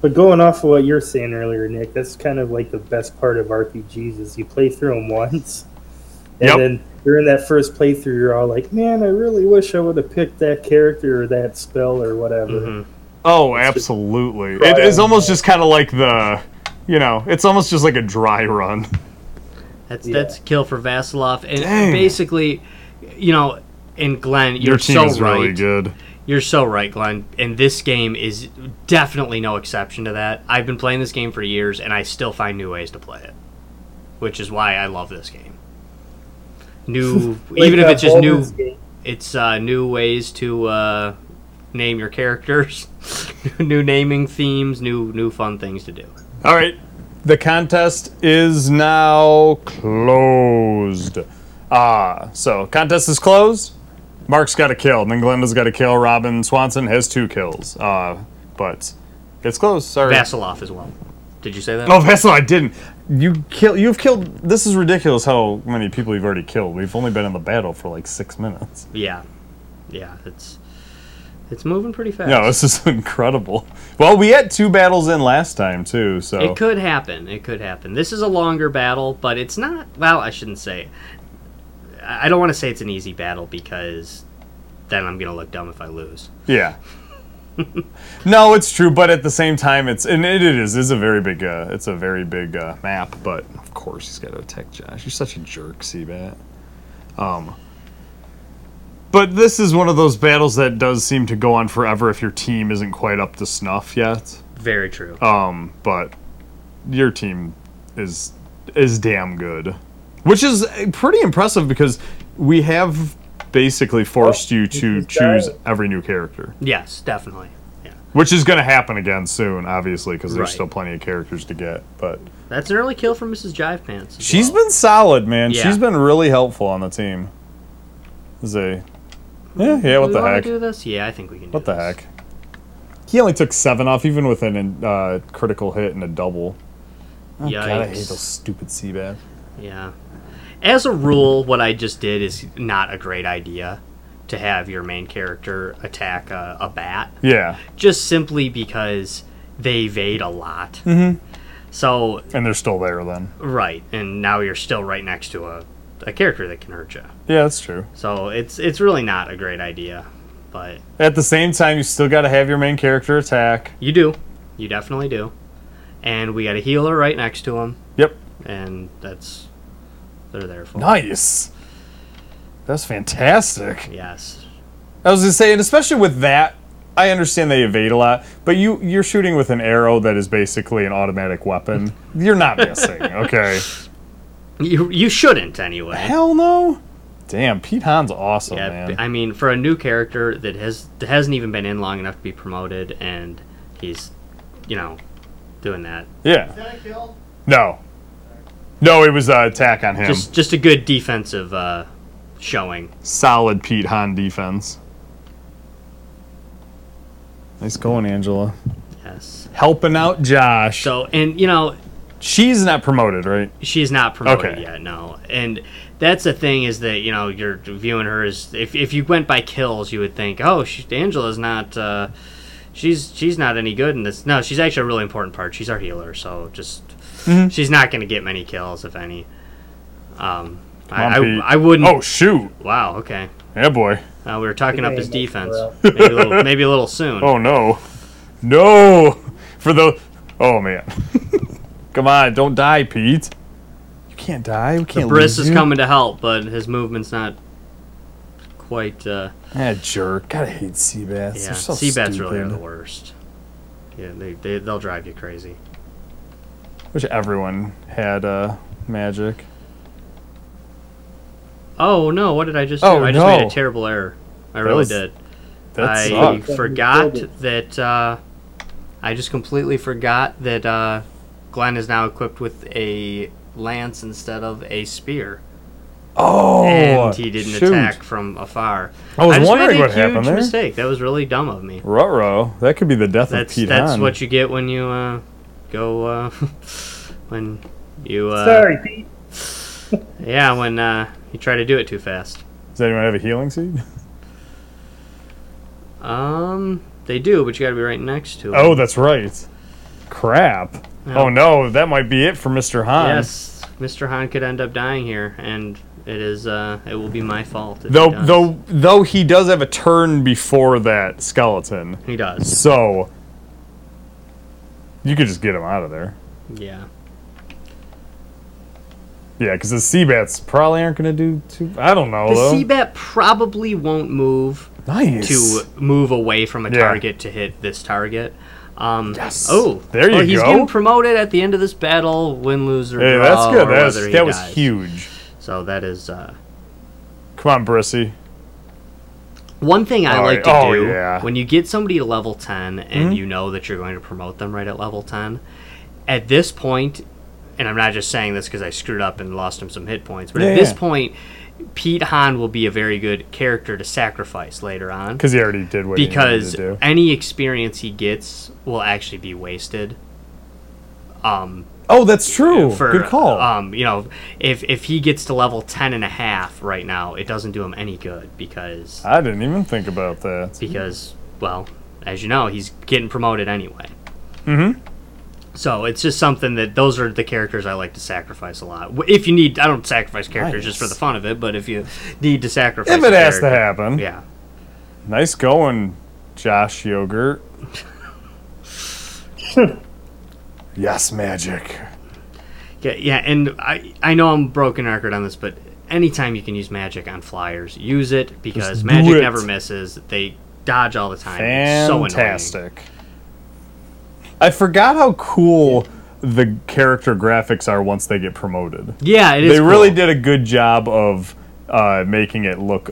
Speaker 8: But going off of what you were saying earlier, Nick, that's kind of like the best part of RPGs is you play through them once, and
Speaker 2: Yep.
Speaker 8: then during that first playthrough, you're all like, "Man, I really wish I would have picked that character or that spell or whatever."
Speaker 1: Mm-hmm.
Speaker 2: Oh, absolutely! It is almost just kind of like the, you know, it's almost just like a dry run.
Speaker 1: That's
Speaker 8: Yeah.
Speaker 1: that's a kill for Vasilov. And
Speaker 2: Dang.
Speaker 1: basically, you know, and Glenn, you're
Speaker 2: Your team
Speaker 1: so
Speaker 2: is
Speaker 1: right.
Speaker 2: really good.
Speaker 1: You're so right, Glenn. And this game is definitely no exception to that. I've been playing this game for years, and I still find new ways to play it, which is why I love this game. New,
Speaker 8: Like
Speaker 1: even if
Speaker 8: that
Speaker 1: it's just new,
Speaker 8: Baldur's Gate.
Speaker 1: it's uh, new ways to uh, name your characters, new naming themes, new new fun things to do.
Speaker 2: All right. The contest is now closed. Ah, so contest is closed. Mark's got a kill, and then Glenda's got a kill. Robin Swanson has two kills. Uh, but it's closed. Sorry.
Speaker 1: Vasilov as well. Did you say that?
Speaker 2: Oh, Vessel, I didn't. You kill. You've killed. This is ridiculous. How many people you've already killed? We've only been in the battle for like six minutes.
Speaker 1: Yeah, yeah. It's it's moving pretty fast.
Speaker 2: No, this is incredible. Well, we had two battles in last time too, so
Speaker 1: It could happen. It could happen. This is a longer battle, but it's not. Well, I shouldn't say. I I don't want to say it's an easy battle because then I'm gonna look dumb if I lose.
Speaker 2: Yeah. no, it's true, but at the same time, it's and it, it is. It's a very big. Uh, it's a very big uh, map, but of course he's got to attack Josh. You're such a jerk, Seabat. Um. But this is one of those battles that does seem to go on forever if your team isn't quite up to snuff yet.
Speaker 1: Very true.
Speaker 2: Um, but your team is is damn good, which is uh, pretty impressive because we have basically forced you to
Speaker 8: he's dying.
Speaker 2: choose every new character.
Speaker 1: yes, definitely. Yeah,
Speaker 2: Which is going to happen again soon, obviously, because there's
Speaker 1: Right.
Speaker 2: still plenty of characters to get. But
Speaker 1: that's an early kill for Mrs. Jive Pants. as
Speaker 2: she's
Speaker 1: well.
Speaker 2: been solid, man.
Speaker 1: Yeah.
Speaker 2: She's been really helpful on the team. Is a yeah, yeah. What
Speaker 1: Do we
Speaker 2: the
Speaker 1: wanna
Speaker 2: heck?
Speaker 1: Do this? Yeah, I think we can. do
Speaker 2: What the
Speaker 1: this.
Speaker 2: heck? He only took seven off, even with an uh, critical hit and a double.
Speaker 1: Yikes.
Speaker 2: God, I hate those stupid Seabad.
Speaker 1: Yeah. as a rule, what I just did is not a great idea to have your main character attack a, a bat,
Speaker 2: Yeah,
Speaker 1: just simply because they evade a lot.
Speaker 2: Mm-hmm.
Speaker 1: So
Speaker 2: and they're still there then.
Speaker 1: right, and now you're still right next to a, a character that can hurt you.
Speaker 2: Yeah, that's true.
Speaker 1: So it's it's really not a great idea, but
Speaker 2: At the same time, you still got to have your main character attack.
Speaker 1: you do, you definitely do, and we got a healer right next to him,
Speaker 2: Yep.
Speaker 1: and that's they're there for.
Speaker 2: Nice. That's fantastic.
Speaker 1: Yes,
Speaker 2: I was gonna say, and especially with that, I understand they evade a lot, but you you're shooting with an arrow that is basically an automatic weapon. You're not missing, okay?
Speaker 1: you you shouldn't anyway.
Speaker 2: Hell no. Damn, Pete Hahn's awesome,
Speaker 1: Yeah,
Speaker 2: man.
Speaker 1: b- I mean, for a new character that has that hasn't even been in long enough to be promoted, and he's, you know, doing that.
Speaker 2: yeah. No. No, it was an attack on him.
Speaker 1: Just just a good defensive uh, showing.
Speaker 2: solid Pete Hahn defense. Nice going, Angela.
Speaker 1: Yes.
Speaker 2: Helping out Josh.
Speaker 1: So and you know
Speaker 2: She's not promoted, right?
Speaker 1: she's not promoted
Speaker 2: Okay.
Speaker 1: yet. No, and that's the thing is that you know you're viewing her as if if you went by kills, you would think, oh, she, Angela's not. Uh, She's she's not any good in this. No, she's actually a really important part. She's our healer, so just
Speaker 2: Mm-hmm.
Speaker 1: she's not going to get many kills, if any. Um,
Speaker 2: on,
Speaker 1: I,
Speaker 2: Pete.
Speaker 1: I, I wouldn't.
Speaker 2: Oh shoot!
Speaker 1: Wow. Okay.
Speaker 2: Yeah, boy.
Speaker 1: Uh, we were talking up his
Speaker 8: Hey,
Speaker 1: defense.
Speaker 8: Mike
Speaker 1: Maybe a little, maybe a little soon.
Speaker 2: Oh no, no! For the oh man, come on! Don't die, Pete. You can't die. We can't.
Speaker 1: Briss
Speaker 2: lose
Speaker 1: is
Speaker 2: you.
Speaker 1: coming to help, but his movement's not quite. Uh,
Speaker 2: That Ah, jerk. God, I hate Seabass.
Speaker 1: yeah,
Speaker 2: They're so
Speaker 1: Seabats really are
Speaker 2: stupid.
Speaker 1: the worst. Yeah, they, they they'll drive you crazy.
Speaker 2: Wish everyone had uh, magic.
Speaker 1: Oh no! What did I just?
Speaker 2: Oh,
Speaker 1: do? I just made
Speaker 2: no.
Speaker 1: a terrible error. I really
Speaker 2: was-
Speaker 1: did.
Speaker 2: That
Speaker 1: I
Speaker 2: sucks.
Speaker 1: forgot that. Uh, I just completely forgot that uh, Glenn is now equipped with a lance instead of a spear,
Speaker 2: Oh,
Speaker 1: and he didn't
Speaker 2: shoot.
Speaker 1: attack from afar.
Speaker 2: I was
Speaker 1: just
Speaker 2: wondering
Speaker 1: made a
Speaker 2: what
Speaker 1: huge
Speaker 2: happened there.
Speaker 1: Mistake. That was really dumb of me.
Speaker 2: Ruh-roh. That could be the death
Speaker 1: That's
Speaker 2: of Pete
Speaker 1: that's
Speaker 2: Hahn.
Speaker 1: what you get when you uh, go uh, when you uh,
Speaker 8: Sorry, Pete.
Speaker 1: yeah when uh, you try to do it too fast.
Speaker 2: Does anyone have a healing seed?
Speaker 1: Um, they do, but you got to be right next to it.
Speaker 2: Oh, that's right. Crap.
Speaker 1: Yeah.
Speaker 2: Oh no, that might be it for Mr. Hahn.
Speaker 1: yes, Mr. Han could end up dying here, and it is uh, it will be my fault. If
Speaker 2: Though
Speaker 1: he does.
Speaker 2: though though he does have a turn before that skeleton.
Speaker 1: he does,
Speaker 2: So you could just get him out of there.
Speaker 1: yeah.
Speaker 2: Yeah, because the sea bats probably aren't gonna do too I don't know
Speaker 1: The
Speaker 2: though.
Speaker 1: Seabat probably won't move
Speaker 2: nice.
Speaker 1: to move away from a
Speaker 2: Yeah.
Speaker 1: target to hit this target. Um,
Speaker 2: Yes.
Speaker 1: Oh,
Speaker 2: There
Speaker 1: well,
Speaker 2: you
Speaker 1: he's
Speaker 2: go.
Speaker 1: getting promoted at the end of this battle, win, lose, or
Speaker 2: Hey,
Speaker 1: draw.
Speaker 2: that's good.
Speaker 1: or
Speaker 2: That was,
Speaker 1: whether he
Speaker 2: that was
Speaker 1: dies.
Speaker 2: huge.
Speaker 1: So that is uh,
Speaker 2: Come on, Brissy.
Speaker 1: one thing I
Speaker 2: Oh,
Speaker 1: like to
Speaker 2: yeah. Oh,
Speaker 1: do
Speaker 2: yeah. Mm-hmm.
Speaker 1: when you get somebody to level ten and you know that you're going to promote them right at level ten. At this point, and I'm not just saying this because I screwed up and lost him some hit points, but
Speaker 2: Yeah,
Speaker 1: at this
Speaker 2: yeah.
Speaker 1: point, Pete Hahn will be a very good character to sacrifice later on.
Speaker 2: Because he already did what
Speaker 1: because
Speaker 2: he needed to do.
Speaker 1: any experience he gets will actually be wasted. Um,
Speaker 2: Oh, that's true.
Speaker 1: for
Speaker 2: Good call.
Speaker 1: Um, you know, if if he gets to level ten and a half right now, it doesn't do him any good because
Speaker 2: I didn't even think about that.
Speaker 1: because well, as you know, he's getting promoted anyway. Mm-hmm. So it's just something that those are the characters I like to sacrifice a lot. W- If you need, I don't sacrifice characters just for the fun of it, but if you need to sacrifice,
Speaker 2: If
Speaker 1: a
Speaker 2: it has to
Speaker 1: character-
Speaker 2: happen.
Speaker 1: yeah.
Speaker 2: Nice going, Josh Yogurt. yes, magic.
Speaker 1: Yeah, yeah, and I I know I'm broken record on this, but anytime you can use magic on flyers, use it because
Speaker 2: do
Speaker 1: magic
Speaker 2: it.
Speaker 1: never misses. They dodge all the time. It's so annoying.
Speaker 2: Fantastic. I forgot how cool the character graphics are once they get promoted.
Speaker 1: Yeah, it is.
Speaker 2: they really
Speaker 1: cool.
Speaker 2: did a good job of uh, making it look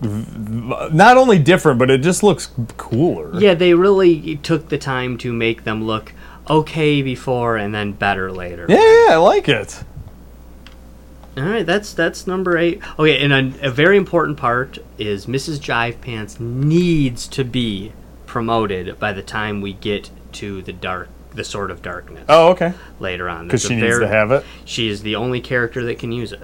Speaker 2: v- v- not only different, but it just looks cooler.
Speaker 1: Yeah, they really took the time to make them look okay before and then better later.
Speaker 2: Yeah, yeah, I like it.
Speaker 1: All right, that's that's number eight. Okay, and a, a very important part is Mrs. Jive Pants needs to be promoted by the time we get to the dark, the Sword of Darkness
Speaker 2: Oh, okay.
Speaker 1: later on.
Speaker 2: Because
Speaker 1: That's a
Speaker 2: she needs
Speaker 1: very-
Speaker 2: to have it.
Speaker 1: She is the only character that can use it.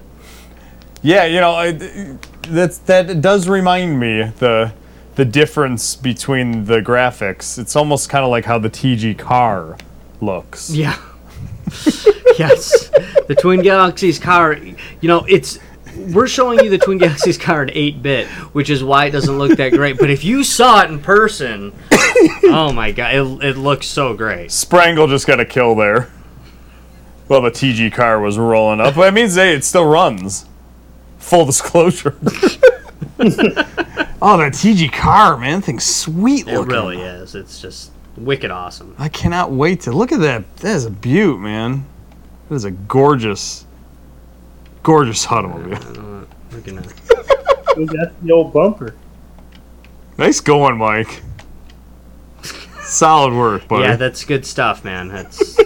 Speaker 10: Yeah, you know, I, that that does remind me the the difference between the graphics. It's almost kind of like how the TG car looks.
Speaker 1: Yeah. yes. The Twin Galaxies car, you know, it's we're showing you the Twin Galaxies car in 8 bit, which is why it doesn't look that great. But if you saw it in person, oh my god, it, it looks so great.
Speaker 10: Sprangle just got a kill there. Well, the TG car was rolling up. But it means hey, it still runs. Full disclosure.
Speaker 2: Oh, that TG car, man, thing's sweet
Speaker 1: It
Speaker 2: looking.
Speaker 1: really is. It's just wicked awesome.
Speaker 2: I cannot wait to look at that. That is a beaut, man. That is a gorgeous, gorgeous automobile.
Speaker 1: We're gonna-
Speaker 8: We got the old bumper.
Speaker 2: Nice going, Mike. Solid work, buddy.
Speaker 1: Yeah, that's good stuff, man. That's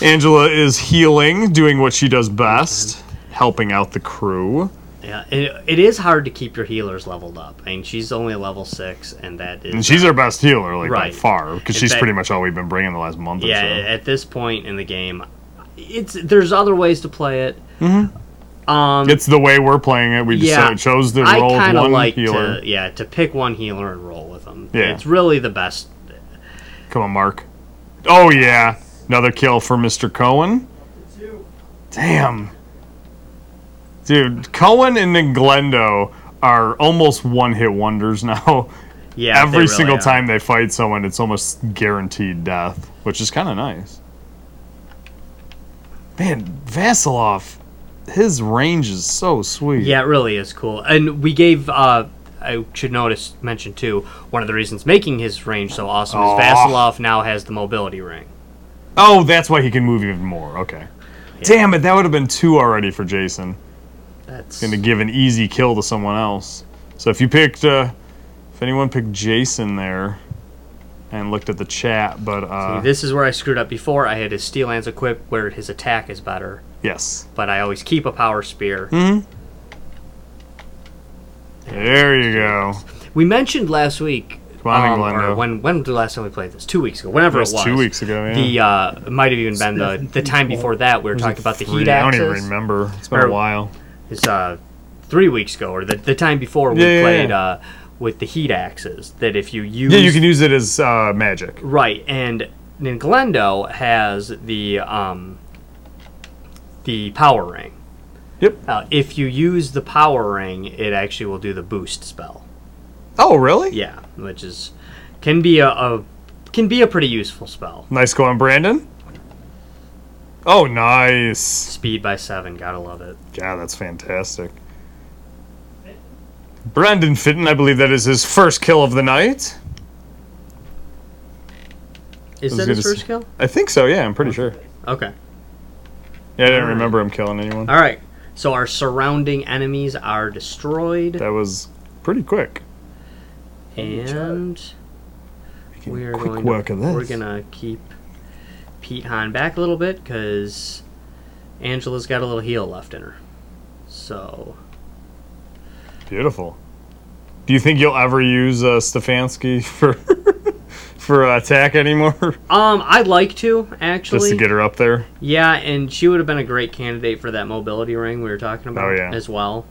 Speaker 2: Angela is healing, doing what she does best, helping out the crew.
Speaker 1: yeah. It, it is hard to keep your healers leveled up. I mean, she's only level six, and that is
Speaker 2: And she's our best healer, like
Speaker 1: Right.
Speaker 2: by far, because
Speaker 1: In
Speaker 2: she's
Speaker 1: fact-
Speaker 2: pretty much all we've been bringing the last month
Speaker 1: yeah.
Speaker 2: or so.
Speaker 1: At this point in the game, it's there's other ways to play it.
Speaker 2: Mm-hmm. it's the way we're playing it. We just
Speaker 1: Yeah,
Speaker 2: decided- chose the
Speaker 1: I
Speaker 2: role of
Speaker 1: kind of
Speaker 2: one
Speaker 1: like
Speaker 2: healer.
Speaker 1: to yeah to pick one healer and roll with them.
Speaker 2: Yeah.
Speaker 1: it's really the best.
Speaker 2: Come on, Mark. Oh yeah, another kill for Mr. Cohen. Damn, dude, Cohen and then Glendo are almost one-hit wonders now.
Speaker 1: Yeah, they
Speaker 2: Every
Speaker 1: really
Speaker 2: single
Speaker 1: are.
Speaker 2: time they fight someone, it's almost guaranteed death, which is kind of nice. Man, Vasilov, his range is so sweet.
Speaker 1: Yeah, it really is cool. And we gave uh I should notice mention too, one of the reasons making his range so awesome
Speaker 2: Aw.
Speaker 1: is Vasilov now has the mobility ring.
Speaker 2: Oh, that's why he can move even more. Okay. Damn it, that would have been two already for Jason.
Speaker 1: That's
Speaker 2: Gonna give an easy kill to someone else. So if you picked, uh, if anyone picked Jason there, and looked at the chat, but uh,
Speaker 1: this is where I screwed up before. I had his steel lance equipped where his attack is better,
Speaker 2: yes,
Speaker 1: but I always keep a power spear.
Speaker 2: there you go.
Speaker 1: We mentioned last week
Speaker 2: Come on,
Speaker 1: um, or
Speaker 2: Glendo.
Speaker 1: when when was the last time we played this? Two weeks ago, whenever
Speaker 2: It
Speaker 1: it
Speaker 2: was
Speaker 1: was.
Speaker 2: two weeks ago, yeah.
Speaker 1: The uh, it might have even been the the time before that we were talking about the heat
Speaker 2: I don't
Speaker 1: axis.
Speaker 2: even remember. It's been
Speaker 1: Or-
Speaker 2: a while.
Speaker 1: It's uh, three weeks ago, or the, the time before we
Speaker 2: Yeah, yeah,
Speaker 1: played
Speaker 2: yeah.
Speaker 1: Uh, with the heat axes. That if you use
Speaker 2: Yeah, you can use it as uh, magic.
Speaker 1: right, and then Glendo has the um, the power ring.
Speaker 2: Yep.
Speaker 1: Uh, if you use the power ring, it actually will do the boost spell.
Speaker 2: Oh, really?
Speaker 1: Yeah, which is can be a, a can be a pretty useful spell.
Speaker 2: Nice going, Brandon. Oh, nice.
Speaker 1: Speed by seven, gotta love it.
Speaker 2: God, that's fantastic. Brandon Fitton, I believe that is his first kill of the night.
Speaker 1: Is
Speaker 2: was
Speaker 1: that
Speaker 2: gonna
Speaker 1: his first
Speaker 2: say-
Speaker 1: kill?
Speaker 2: I think so, yeah, I'm pretty sure.
Speaker 1: Okay.
Speaker 2: Yeah, I didn't remember him killing anyone.
Speaker 1: All right. So our surrounding enemies are destroyed.
Speaker 2: That was pretty quick.
Speaker 1: And we are
Speaker 2: uh, quick
Speaker 1: going
Speaker 2: work
Speaker 1: to,
Speaker 2: of this.
Speaker 1: We're gonna keep Pete Hahn back a little bit because Angela's got a little heel left in her. So
Speaker 2: Beautiful. Do you think you'll ever use uh, Stefanski for for uh, attack anymore?
Speaker 1: um, I'd like to actually.
Speaker 2: Just to get her up there?
Speaker 1: yeah, and she would have been a great candidate for that mobility ring we were talking about
Speaker 2: Oh, yeah.
Speaker 1: as well.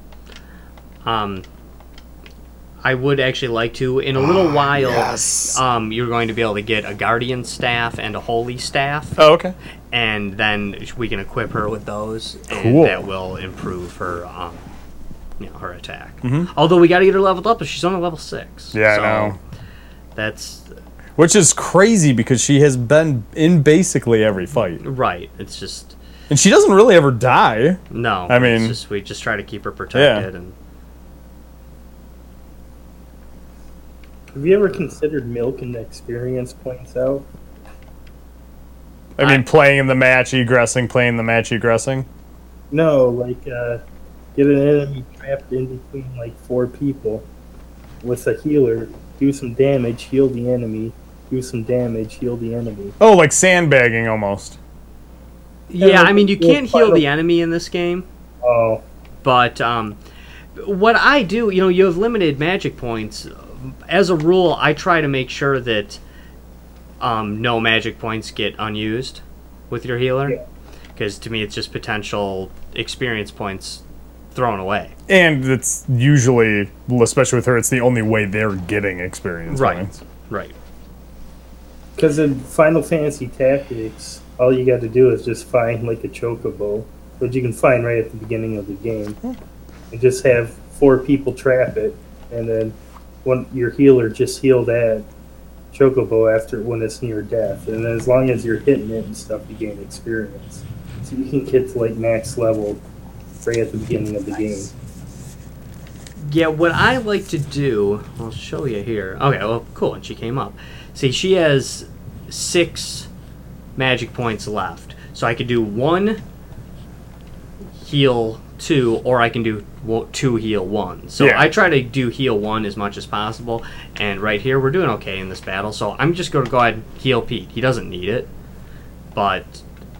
Speaker 1: Um, I would actually like to. In a little
Speaker 2: Ah,
Speaker 1: while, um, you're going to be able to get a guardian staff and a holy staff.
Speaker 2: Oh, okay.
Speaker 1: and then we can equip her with those, and
Speaker 2: Cool.
Speaker 1: that will improve her, um, you know, her attack. Although we got to get her leveled up, but she's only level six.
Speaker 2: Mm-hmm. Yeah,
Speaker 1: so
Speaker 2: I know.
Speaker 1: That's
Speaker 10: Which is crazy because she has been in basically every fight.
Speaker 1: right. It's just
Speaker 10: And she doesn't really ever die.
Speaker 1: no.
Speaker 10: I
Speaker 1: it's
Speaker 10: mean-
Speaker 1: just, we just try to keep her protected, and
Speaker 8: Have you ever considered milk and experience points out?
Speaker 10: I mean, playing in the match, egressing, playing the match, egressing.
Speaker 8: No, like uh, get an enemy trapped in between like four people with a healer. Do some damage, heal the enemy. Do some damage, heal the enemy.
Speaker 10: Oh, like sandbagging almost.
Speaker 1: yeah.
Speaker 8: like,
Speaker 1: I mean, you
Speaker 8: we'll
Speaker 1: can't heal
Speaker 8: fight
Speaker 1: the enemy in this game,
Speaker 8: Oh,
Speaker 1: but um, what I do, you know, you have limited magic points. As a rule, I try to make sure that um, no magic points get unused with your healer, because to me, it's just potential experience points thrown away.
Speaker 11: And it's usually, well, especially with her, it's the only way they're getting experience.
Speaker 1: Right.
Speaker 11: points.
Speaker 1: Right.
Speaker 8: Because in Final Fantasy Tactics, all you got to do is just find like a chocobo, which you can find right at the beginning of the game, and just have four people trap it, and then one your healer just heal that chocobo after when it's near death, and then as long as you're hitting it and stuff, you gain experience. So you can get to like max level right at the beginning of the game.
Speaker 1: Yeah, what I like to do, I'll show you here. Okay, well, cool. And she came up. See, she has six magic points left. So I could do one heal two, or I can do wo- two heal one. So
Speaker 11: Yeah.
Speaker 1: I try to do heal one as much as possible. And right here, we're doing okay in this battle. So I'm just going to go ahead and heal Pete. He doesn't need it, but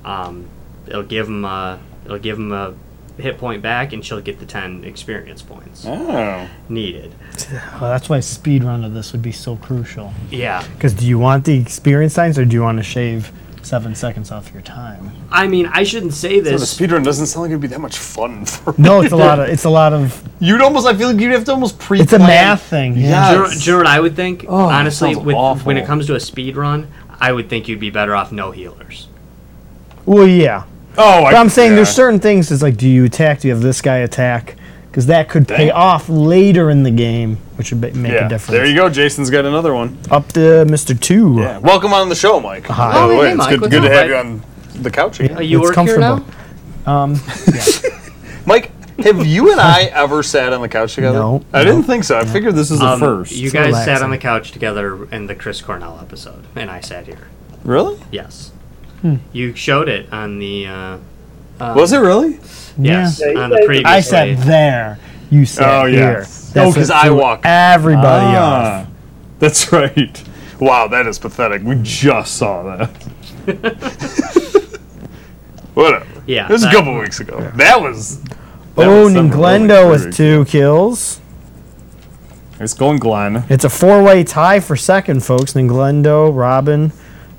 Speaker 1: um, it'll give him a it'll give him a hit point back, and she'll get the ten experience points
Speaker 2: Oh.
Speaker 1: needed.
Speaker 4: Well, Oh, that's why speed run of this would be so crucial.
Speaker 1: Yeah.
Speaker 4: Because do you want the experience signs or do you want to shave seven seconds off your time?
Speaker 1: I mean, I shouldn't say
Speaker 2: So the
Speaker 1: this.
Speaker 2: speedrun doesn't sound like it'd be that much fun for
Speaker 4: No, it's a lot of it's a lot of
Speaker 2: You'd almost, I feel like you'd have to almost pre
Speaker 4: it's a math thing.
Speaker 1: Do
Speaker 2: Yeah.
Speaker 1: you know- do you know what I would think?
Speaker 2: Oh, that
Speaker 1: Honestly,
Speaker 2: sounds
Speaker 1: with,
Speaker 2: awful.
Speaker 1: when it comes to a speed run, I would think you'd be better off no healers.
Speaker 4: Well, yeah.
Speaker 2: Oh,
Speaker 4: But I'm saying there's
Speaker 2: yeah.
Speaker 4: certain things. It's like, do you attack? Do you have this guy attack? Because that could pay
Speaker 2: Dang.
Speaker 4: off later in the game, which would ba- make
Speaker 2: Yeah.
Speaker 4: a difference.
Speaker 2: There you go. Jason's got another one.
Speaker 4: Up to Mister Two.
Speaker 2: Yeah. Welcome on the show, Mike.
Speaker 4: Hi.
Speaker 2: By the
Speaker 1: Oh,
Speaker 2: way,
Speaker 1: hey,
Speaker 2: it's
Speaker 1: Mike,
Speaker 2: good,
Speaker 1: what's
Speaker 2: good to
Speaker 1: up,
Speaker 2: have
Speaker 1: Mike?
Speaker 2: you on the couch again.
Speaker 1: Uh, you
Speaker 4: It's
Speaker 1: work here now?
Speaker 4: comfortable.
Speaker 2: Mike, have you and I ever sat on the couch together?
Speaker 4: No.
Speaker 2: I didn't think so. I figured this was the
Speaker 1: Um,
Speaker 2: first.
Speaker 1: You guys sat
Speaker 4: relaxing.
Speaker 1: on the couch together in the Chris Cornell episode, and I sat here.
Speaker 2: really?
Speaker 1: Yes.
Speaker 4: Hmm.
Speaker 1: You showed it on the. Uh,
Speaker 2: was it really?
Speaker 1: yes,
Speaker 8: Yeah, you
Speaker 1: on the
Speaker 8: guys-
Speaker 1: previous.
Speaker 4: I sat there. You sat
Speaker 2: Oh, yeah.
Speaker 4: here.
Speaker 2: Oh,
Speaker 4: That's
Speaker 2: 'cause
Speaker 4: what
Speaker 2: I
Speaker 4: threw
Speaker 2: walked.
Speaker 4: everybody
Speaker 2: Ah,
Speaker 4: off.
Speaker 2: that's right. Wow, that is pathetic. We just saw that. Whatever.
Speaker 1: Yeah,
Speaker 2: It was a
Speaker 1: that-
Speaker 2: couple weeks ago. That was. that
Speaker 4: Oh,
Speaker 2: was something really
Speaker 4: Glendo with
Speaker 2: crazy.
Speaker 4: two kills.
Speaker 2: It's going Glenn.
Speaker 4: It's a four-way tie for second, folks. Ninglendo, Robin,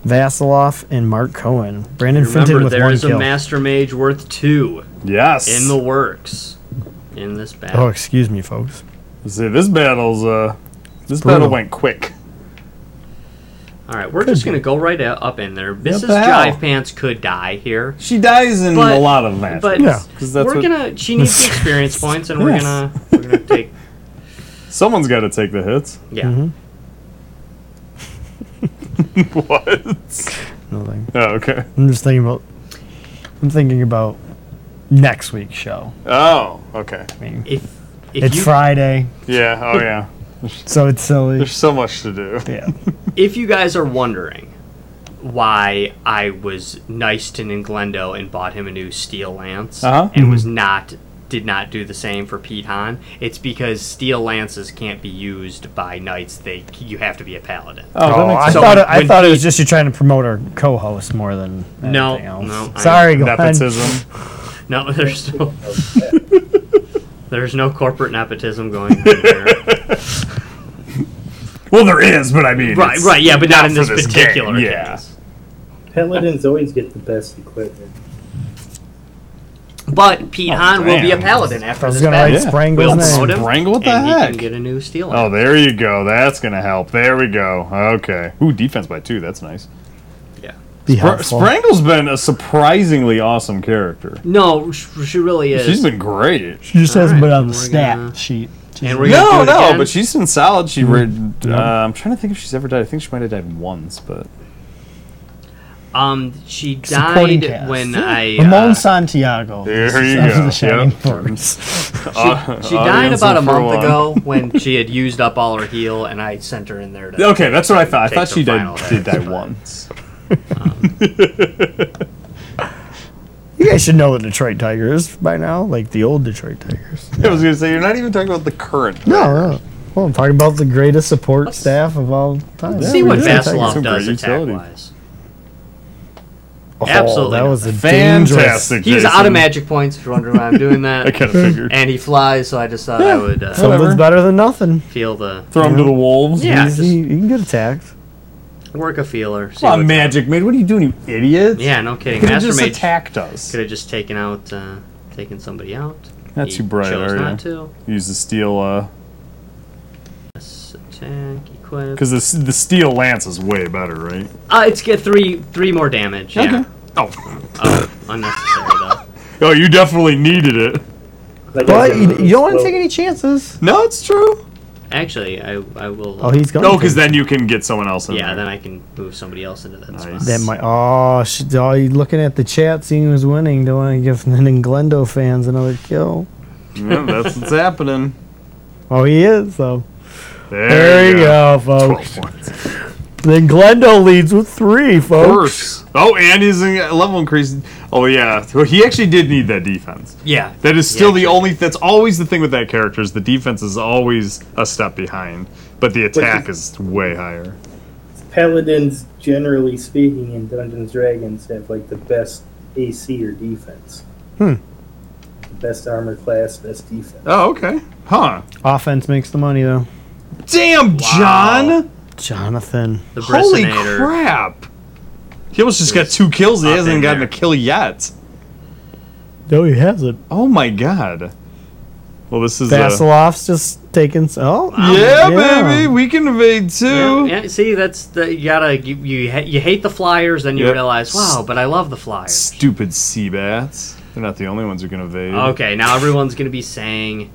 Speaker 4: Vasiloff, and Mark Cohen. Brandon Fenton
Speaker 1: Remember,
Speaker 4: with
Speaker 1: there
Speaker 4: one
Speaker 1: is
Speaker 4: kill.
Speaker 1: a master mage worth two
Speaker 2: Yes.
Speaker 1: in the works in this battle.
Speaker 4: oh, excuse me, folks.
Speaker 2: See, this battle's uh, this
Speaker 4: brutal.
Speaker 2: battle went quick.
Speaker 1: All right, we're just going to go right a- up in there. Mrs.
Speaker 2: the hell?
Speaker 1: Jive Pants could die here.
Speaker 2: She dies in
Speaker 1: But-
Speaker 2: a lot of matches.
Speaker 1: but-
Speaker 4: Yeah.
Speaker 2: 'Cause that's
Speaker 1: we're
Speaker 2: what-
Speaker 1: gonna. She needs the experience points, and we're
Speaker 2: Yes.
Speaker 1: gonna. We're gonna take.
Speaker 2: someone's got to take the hits.
Speaker 1: Yeah.
Speaker 4: Mm-hmm.
Speaker 2: what?
Speaker 4: Nothing.
Speaker 2: Oh, okay.
Speaker 4: I'm just thinking about. I'm thinking about next week's show.
Speaker 2: Oh, okay.
Speaker 1: If if
Speaker 4: It's
Speaker 1: you
Speaker 4: Friday,
Speaker 2: Yeah. Oh, yeah.
Speaker 4: so it's silly.
Speaker 2: There's so much to do.
Speaker 4: Yeah.
Speaker 1: if you guys are wondering why I was nice to Glendo and bought him a new steel lance
Speaker 2: Uh-huh.
Speaker 1: and was not did not do the same for Pete Han, it's because steel lances can't be used by knights. They you have to be a paladin.
Speaker 4: Oh, I
Speaker 1: sense.
Speaker 4: thought it,
Speaker 1: So
Speaker 4: I
Speaker 1: when
Speaker 4: thought it was
Speaker 1: he-
Speaker 4: just you trying to promote our co-host more than
Speaker 1: No,
Speaker 4: anything else.
Speaker 1: no, I-
Speaker 4: Sorry, Glenn.
Speaker 2: Nepotism.
Speaker 1: No, there's no. There's no corporate nepotism going on here.
Speaker 2: Well, there is, but I mean,
Speaker 1: right,
Speaker 2: it's
Speaker 1: right, yeah, but not, in
Speaker 2: for
Speaker 1: this,
Speaker 2: this game,
Speaker 1: particular
Speaker 2: yeah.
Speaker 1: case.
Speaker 8: Paladins always get the best equipment.
Speaker 1: But Pete Han will be a
Speaker 2: Oh, damn.
Speaker 1: paladin after
Speaker 4: I was
Speaker 1: this
Speaker 4: gonna
Speaker 1: battle.
Speaker 4: write
Speaker 2: Yeah.
Speaker 4: Sprangle's
Speaker 1: We'll
Speaker 4: name.
Speaker 1: promote him,
Speaker 2: Sprangle? What the
Speaker 1: and he
Speaker 2: heck?
Speaker 1: can get a new steel.
Speaker 2: Oh,
Speaker 1: lance.
Speaker 2: there you go. That's gonna help. There we go. Okay. Ooh, defense by two. That's nice.
Speaker 1: yeah.
Speaker 4: Be
Speaker 2: Br-
Speaker 4: helpful.
Speaker 2: Sprangle's been a surprisingly awesome character.
Speaker 1: No, sh- she really is.
Speaker 2: She's been great.
Speaker 4: She just hasn't
Speaker 1: Alright,
Speaker 4: been on
Speaker 1: and
Speaker 4: the
Speaker 1: we're
Speaker 4: stat
Speaker 1: gonna-
Speaker 4: sheet.
Speaker 1: and we're gonna
Speaker 2: No,
Speaker 1: do it
Speaker 2: no,
Speaker 1: again.
Speaker 2: but she's been solid. She read. Uh, I'm trying to think if she's ever died. I think she might have died once, but
Speaker 1: um she
Speaker 4: Supporting
Speaker 1: died
Speaker 4: cast.
Speaker 1: when I
Speaker 4: Ramon
Speaker 1: uh,
Speaker 4: Santiago.
Speaker 2: There
Speaker 4: This is
Speaker 2: you
Speaker 4: out
Speaker 2: go.
Speaker 4: of The Shining
Speaker 2: Yep.
Speaker 4: Force.
Speaker 2: Uh,
Speaker 1: she died about a month
Speaker 2: ago.
Speaker 1: ago when she had used up all her heal, and I sent her in there to.
Speaker 2: Okay, that's what I thought. I
Speaker 1: Take
Speaker 2: thought
Speaker 1: the
Speaker 2: she
Speaker 1: final
Speaker 2: died,
Speaker 1: hit,
Speaker 2: did die
Speaker 1: but-
Speaker 2: once.
Speaker 4: You guys should know the Detroit Tigers by now, like the old Detroit Tigers.
Speaker 2: I was going to say, you're not even talking about the current.
Speaker 4: No, no. Well, I'm talking about the greatest support staff of all time.
Speaker 1: Let's see what
Speaker 2: Yeah,
Speaker 4: Detroit
Speaker 1: Vasilov
Speaker 2: Vasilov-
Speaker 4: Tigers.
Speaker 2: some
Speaker 1: does
Speaker 2: great
Speaker 1: attack
Speaker 2: utility.
Speaker 1: wise.
Speaker 4: Oh,
Speaker 1: Absolutely
Speaker 4: That was a dangerous.
Speaker 2: Fantastic.
Speaker 1: He's out of
Speaker 2: Jason.
Speaker 1: magic points. If you're wondering why I'm doing
Speaker 2: I
Speaker 1: that,
Speaker 2: kind of figured.
Speaker 1: and he flies, so I just thought I would uh,
Speaker 2: Whatever.
Speaker 4: Something's better than nothing.
Speaker 1: feel the
Speaker 2: Throw him to the wolves.
Speaker 1: yeah,
Speaker 4: Easy.
Speaker 1: just
Speaker 4: You can get attacked.
Speaker 1: work a feeler. see
Speaker 2: Come on,
Speaker 1: what's-
Speaker 2: Magic Maid. What are you doing, you idiot?
Speaker 1: Yeah, no kidding.
Speaker 2: You
Speaker 1: Master
Speaker 2: just
Speaker 1: Mage
Speaker 2: attacked us.
Speaker 1: could have just taken out. Uh, taking somebody out.
Speaker 2: Not
Speaker 1: He
Speaker 2: too bright,
Speaker 1: chose
Speaker 2: are
Speaker 1: not
Speaker 2: you?
Speaker 1: to.
Speaker 2: Use the steel, uh,
Speaker 1: Yes, attack, equip.
Speaker 2: because the, s- the steel lance is way better, right?
Speaker 1: Uh, it's get three three more damage. Yeah.
Speaker 2: Oh,
Speaker 1: Uh, unnecessary though.
Speaker 2: oh, you definitely needed it.
Speaker 8: Like I
Speaker 4: But
Speaker 8: said,
Speaker 4: you, you don't want to
Speaker 8: well,
Speaker 4: take any chances.
Speaker 2: No, it's true.
Speaker 1: Actually, I I will.
Speaker 4: Oh, he's going.
Speaker 2: No, because then you can get someone else in
Speaker 1: yeah,
Speaker 2: there.
Speaker 1: then I can move somebody else into that spot.
Speaker 2: Nice.
Speaker 4: That might. Oh, shit, oh, you looking at the chat, seeing who's winning. Don't want to give the Glendo fans another kill.
Speaker 2: yeah, that's what's happening.
Speaker 4: Oh, he is though.
Speaker 2: There,
Speaker 4: There you
Speaker 2: you
Speaker 4: go,
Speaker 1: Oh,
Speaker 4: folks. Then Glendo leads with three, folks.
Speaker 2: Worse. Oh, and his level increase. Oh yeah, Well, he actually did need that defense.
Speaker 1: Yeah.
Speaker 2: That is still the
Speaker 1: actually.
Speaker 2: only. That's always the thing with that character is the defense is always a step behind, but the attack is way higher.
Speaker 8: Paladins, generally speaking, in Dungeons and Dragons, have like the best AC or defense. Hmm. Best armor class, best defense.
Speaker 2: Oh okay. Huh.
Speaker 4: Offense makes the money though.
Speaker 2: Damn, John.
Speaker 4: Jonathan.
Speaker 1: The
Speaker 2: Holy
Speaker 1: Brissinator.
Speaker 2: crap. He almost just got two kills. He
Speaker 1: up
Speaker 2: hasn't
Speaker 1: in
Speaker 2: gotten
Speaker 1: there.
Speaker 2: a kill yet.
Speaker 4: No, he hasn't.
Speaker 2: Oh my god. Well, this is a.
Speaker 4: Vasilov's just taking. Oh,
Speaker 2: Yeah,
Speaker 4: Yeah.
Speaker 2: baby, we can evade
Speaker 1: Yeah,
Speaker 2: too.
Speaker 1: yeah, see, that's the you gotta you you, ha- you hate the flyers, then you
Speaker 2: Yep.
Speaker 1: realize, wow, but I love the flyers.
Speaker 2: Stupid sea bats. They're not the only ones who can evade.
Speaker 1: Okay, now everyone's gonna be saying,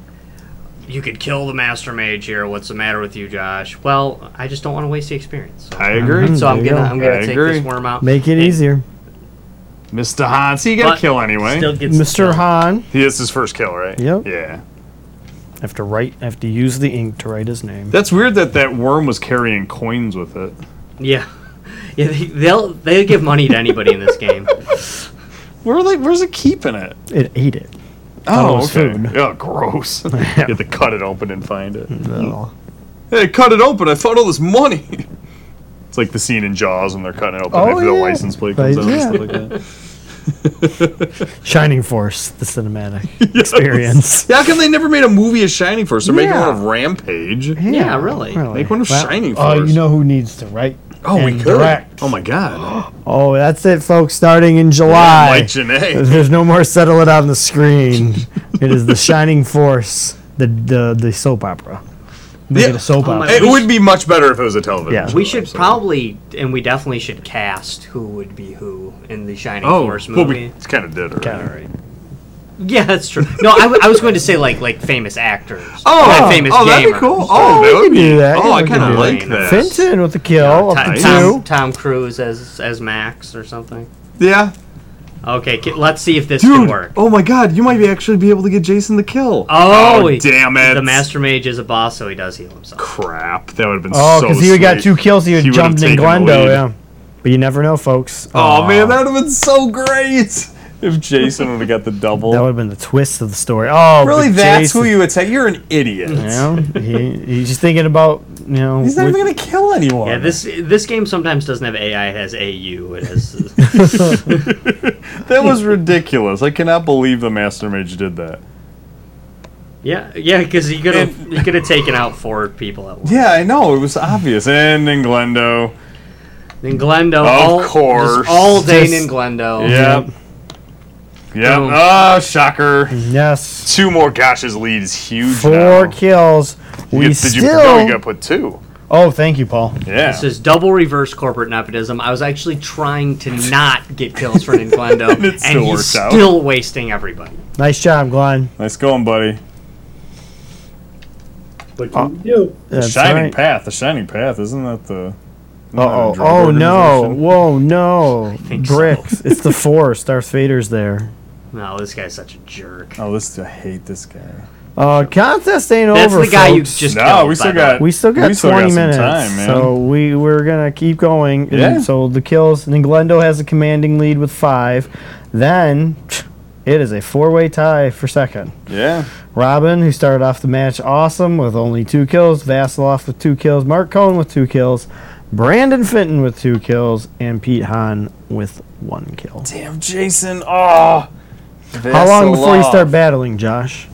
Speaker 1: you could kill the master mage here. What's the matter with you, Josh? Well, I just don't want to waste the experience.
Speaker 2: I agree.
Speaker 1: So I'm
Speaker 4: There you
Speaker 1: gonna
Speaker 4: go.
Speaker 1: I'm gonna
Speaker 2: I
Speaker 1: take
Speaker 2: agree.
Speaker 1: this worm out.
Speaker 4: Make it
Speaker 1: and
Speaker 4: easier.
Speaker 2: Mr. Hans, he got
Speaker 1: But-
Speaker 2: a kill anyway.
Speaker 1: Still gets the
Speaker 4: Mr.
Speaker 1: kill.
Speaker 4: Han.
Speaker 2: he is his first kill, right?
Speaker 4: Yep.
Speaker 2: Yeah.
Speaker 4: I have to write. I have to use the ink to write his name.
Speaker 2: That's weird that that worm was carrying coins with it.
Speaker 1: Yeah. Yeah, they, they'll they'll give money to anybody in this game.
Speaker 2: Where are they, where's it keeping it?
Speaker 4: It ate it. it
Speaker 2: Oh,
Speaker 4: was
Speaker 2: okay.
Speaker 4: food.
Speaker 2: Yeah, gross. you have to cut it open and find it.
Speaker 4: No.
Speaker 2: Hey, cut it open! I found all this money. It's like the scene in Jaws when they're cutting it open
Speaker 4: Oh,
Speaker 2: after the
Speaker 4: yeah.
Speaker 2: license plate comes
Speaker 4: Right,
Speaker 2: out
Speaker 4: yeah.
Speaker 2: and stuff like that.
Speaker 4: Shining Force, the cinematic experience.
Speaker 2: Yeah, how come they never made a movie of Shining Force? They're making
Speaker 4: Yeah.
Speaker 2: one of Rampage.
Speaker 1: Yeah, really.
Speaker 2: Make one of Shining
Speaker 4: Oh,
Speaker 2: Force.
Speaker 4: you know who needs to write?
Speaker 2: Oh, we
Speaker 4: and
Speaker 2: could.
Speaker 4: direct.
Speaker 2: Oh my god.
Speaker 4: Oh, that's it, folks. Starting in
Speaker 2: Mike
Speaker 4: July,
Speaker 2: Janae.
Speaker 4: there's no more settle it on the screen. it is the Shining Force, the the, the soap opera. Make
Speaker 2: Yeah.
Speaker 4: it a soap
Speaker 1: Oh my-
Speaker 4: opera.
Speaker 2: It would be much better if it was a television.
Speaker 4: Yeah.
Speaker 2: show,
Speaker 1: We should
Speaker 2: absolutely.
Speaker 1: probably and we definitely should cast who would be who in the Shining
Speaker 2: Oh,
Speaker 1: Force movie.
Speaker 2: well, we kind of did. Already.
Speaker 1: Yeah, that's true. No, I, w- I was going to say like like famous actors.
Speaker 2: Oh,
Speaker 1: Like famous
Speaker 2: oh, that'd be
Speaker 1: gamers.
Speaker 2: cool.
Speaker 4: Oh,
Speaker 2: Oh,
Speaker 4: we
Speaker 2: that would
Speaker 4: can
Speaker 2: be.
Speaker 4: do that.
Speaker 2: Oh,
Speaker 4: Yeah,
Speaker 2: I
Speaker 4: we can
Speaker 2: kind of
Speaker 1: do
Speaker 2: like
Speaker 1: that.
Speaker 2: this.
Speaker 4: Fenton with the
Speaker 2: Oh,
Speaker 4: kill up
Speaker 1: Tom,
Speaker 4: to
Speaker 1: Tom,
Speaker 4: two.
Speaker 1: Tom Cruise as as Max or something.
Speaker 2: Yeah,
Speaker 1: Okay, ki- let's see if this can
Speaker 2: dude.
Speaker 1: work.
Speaker 2: Oh my God, you might be actually be able to get Jason the kill.
Speaker 1: Oh, he-
Speaker 2: damn it!
Speaker 1: The Master Mage is a boss, so he does heal himself.
Speaker 2: Crap, that would have been.
Speaker 4: Oh,
Speaker 2: so
Speaker 4: because he would got
Speaker 2: sweet.
Speaker 4: two kills. He would
Speaker 2: He would've
Speaker 4: jumped in
Speaker 2: taken the
Speaker 4: Glendo.
Speaker 2: lead.
Speaker 4: Yeah, but you never know, folks.
Speaker 2: Oh man, that would have been so great if Jason would have got the double.
Speaker 4: that would have been the twist of the story. Oh,
Speaker 2: really,
Speaker 4: but
Speaker 2: that's
Speaker 4: Jason,
Speaker 2: who you attack. You're an idiot.
Speaker 4: You know, he, he's just thinking about you know.
Speaker 2: He's not
Speaker 4: with-
Speaker 2: even gonna kill anyone.
Speaker 1: Yeah, this this game sometimes doesn't have AI. It has AU. It has.
Speaker 2: that was ridiculous. I cannot believe the Master Mage did that.
Speaker 1: yeah, yeah, because he could have
Speaker 2: And-
Speaker 1: he could have taken out four people at once.
Speaker 2: Yeah, I know. It was obvious. And then Glendo.
Speaker 1: Then Glendo,
Speaker 2: Of
Speaker 1: all,
Speaker 2: course.
Speaker 1: just all Dane
Speaker 4: Just-
Speaker 1: and Glendo.
Speaker 2: Yep. Yep.
Speaker 1: Boom.
Speaker 2: Oh, shocker.
Speaker 4: yes,
Speaker 2: Two more. Gosh, his lead is huge.
Speaker 4: four
Speaker 2: now.
Speaker 4: kills.
Speaker 2: You
Speaker 4: We
Speaker 2: get- did you, no,
Speaker 4: still.
Speaker 2: you got to put two.
Speaker 4: oh, thank you, Paul.
Speaker 2: Yeah.
Speaker 1: This is double reverse corporate nepotism. I was actually trying to not get kills for Nintendo,
Speaker 2: And it
Speaker 1: and
Speaker 2: still
Speaker 1: he's
Speaker 2: works out.
Speaker 1: still wasting everybody.
Speaker 4: Nice job, Glenn.
Speaker 2: nice going, buddy.
Speaker 8: What can you do?
Speaker 4: That's
Speaker 2: Shining
Speaker 4: right.
Speaker 2: Path. The Shining Path. Isn't that the? isn't that a
Speaker 4: Uh-oh.
Speaker 2: drug
Speaker 4: Oh no!
Speaker 2: organization?
Speaker 4: Whoa no!
Speaker 1: think so.
Speaker 4: Bricks. it's the force. Darth Vader's there.
Speaker 1: No, this guy's such a jerk.
Speaker 2: Oh, this. I hate this guy.
Speaker 4: Uh, contest ain't
Speaker 1: That's
Speaker 4: over.
Speaker 1: the guy you
Speaker 4: folks.
Speaker 1: just
Speaker 2: No,
Speaker 1: killed,
Speaker 2: we
Speaker 1: by
Speaker 2: still
Speaker 1: the way.
Speaker 2: got.
Speaker 4: We still got 20
Speaker 2: some
Speaker 4: minutes,
Speaker 2: time, man.
Speaker 4: so we we're gonna keep going. And
Speaker 2: Yeah.
Speaker 4: So the kills. and Glendo has a commanding lead with five. Then it is a four-way tie for second.
Speaker 2: yeah.
Speaker 4: Robin, who started off the match awesome with only two kills, Vasilov with two kills, Mark Cohen with two kills, Brandon Fenton with two kills, and Pete Hahn with one kill.
Speaker 2: Damn, Jason. Oh.
Speaker 4: How long before you start battling, Josh?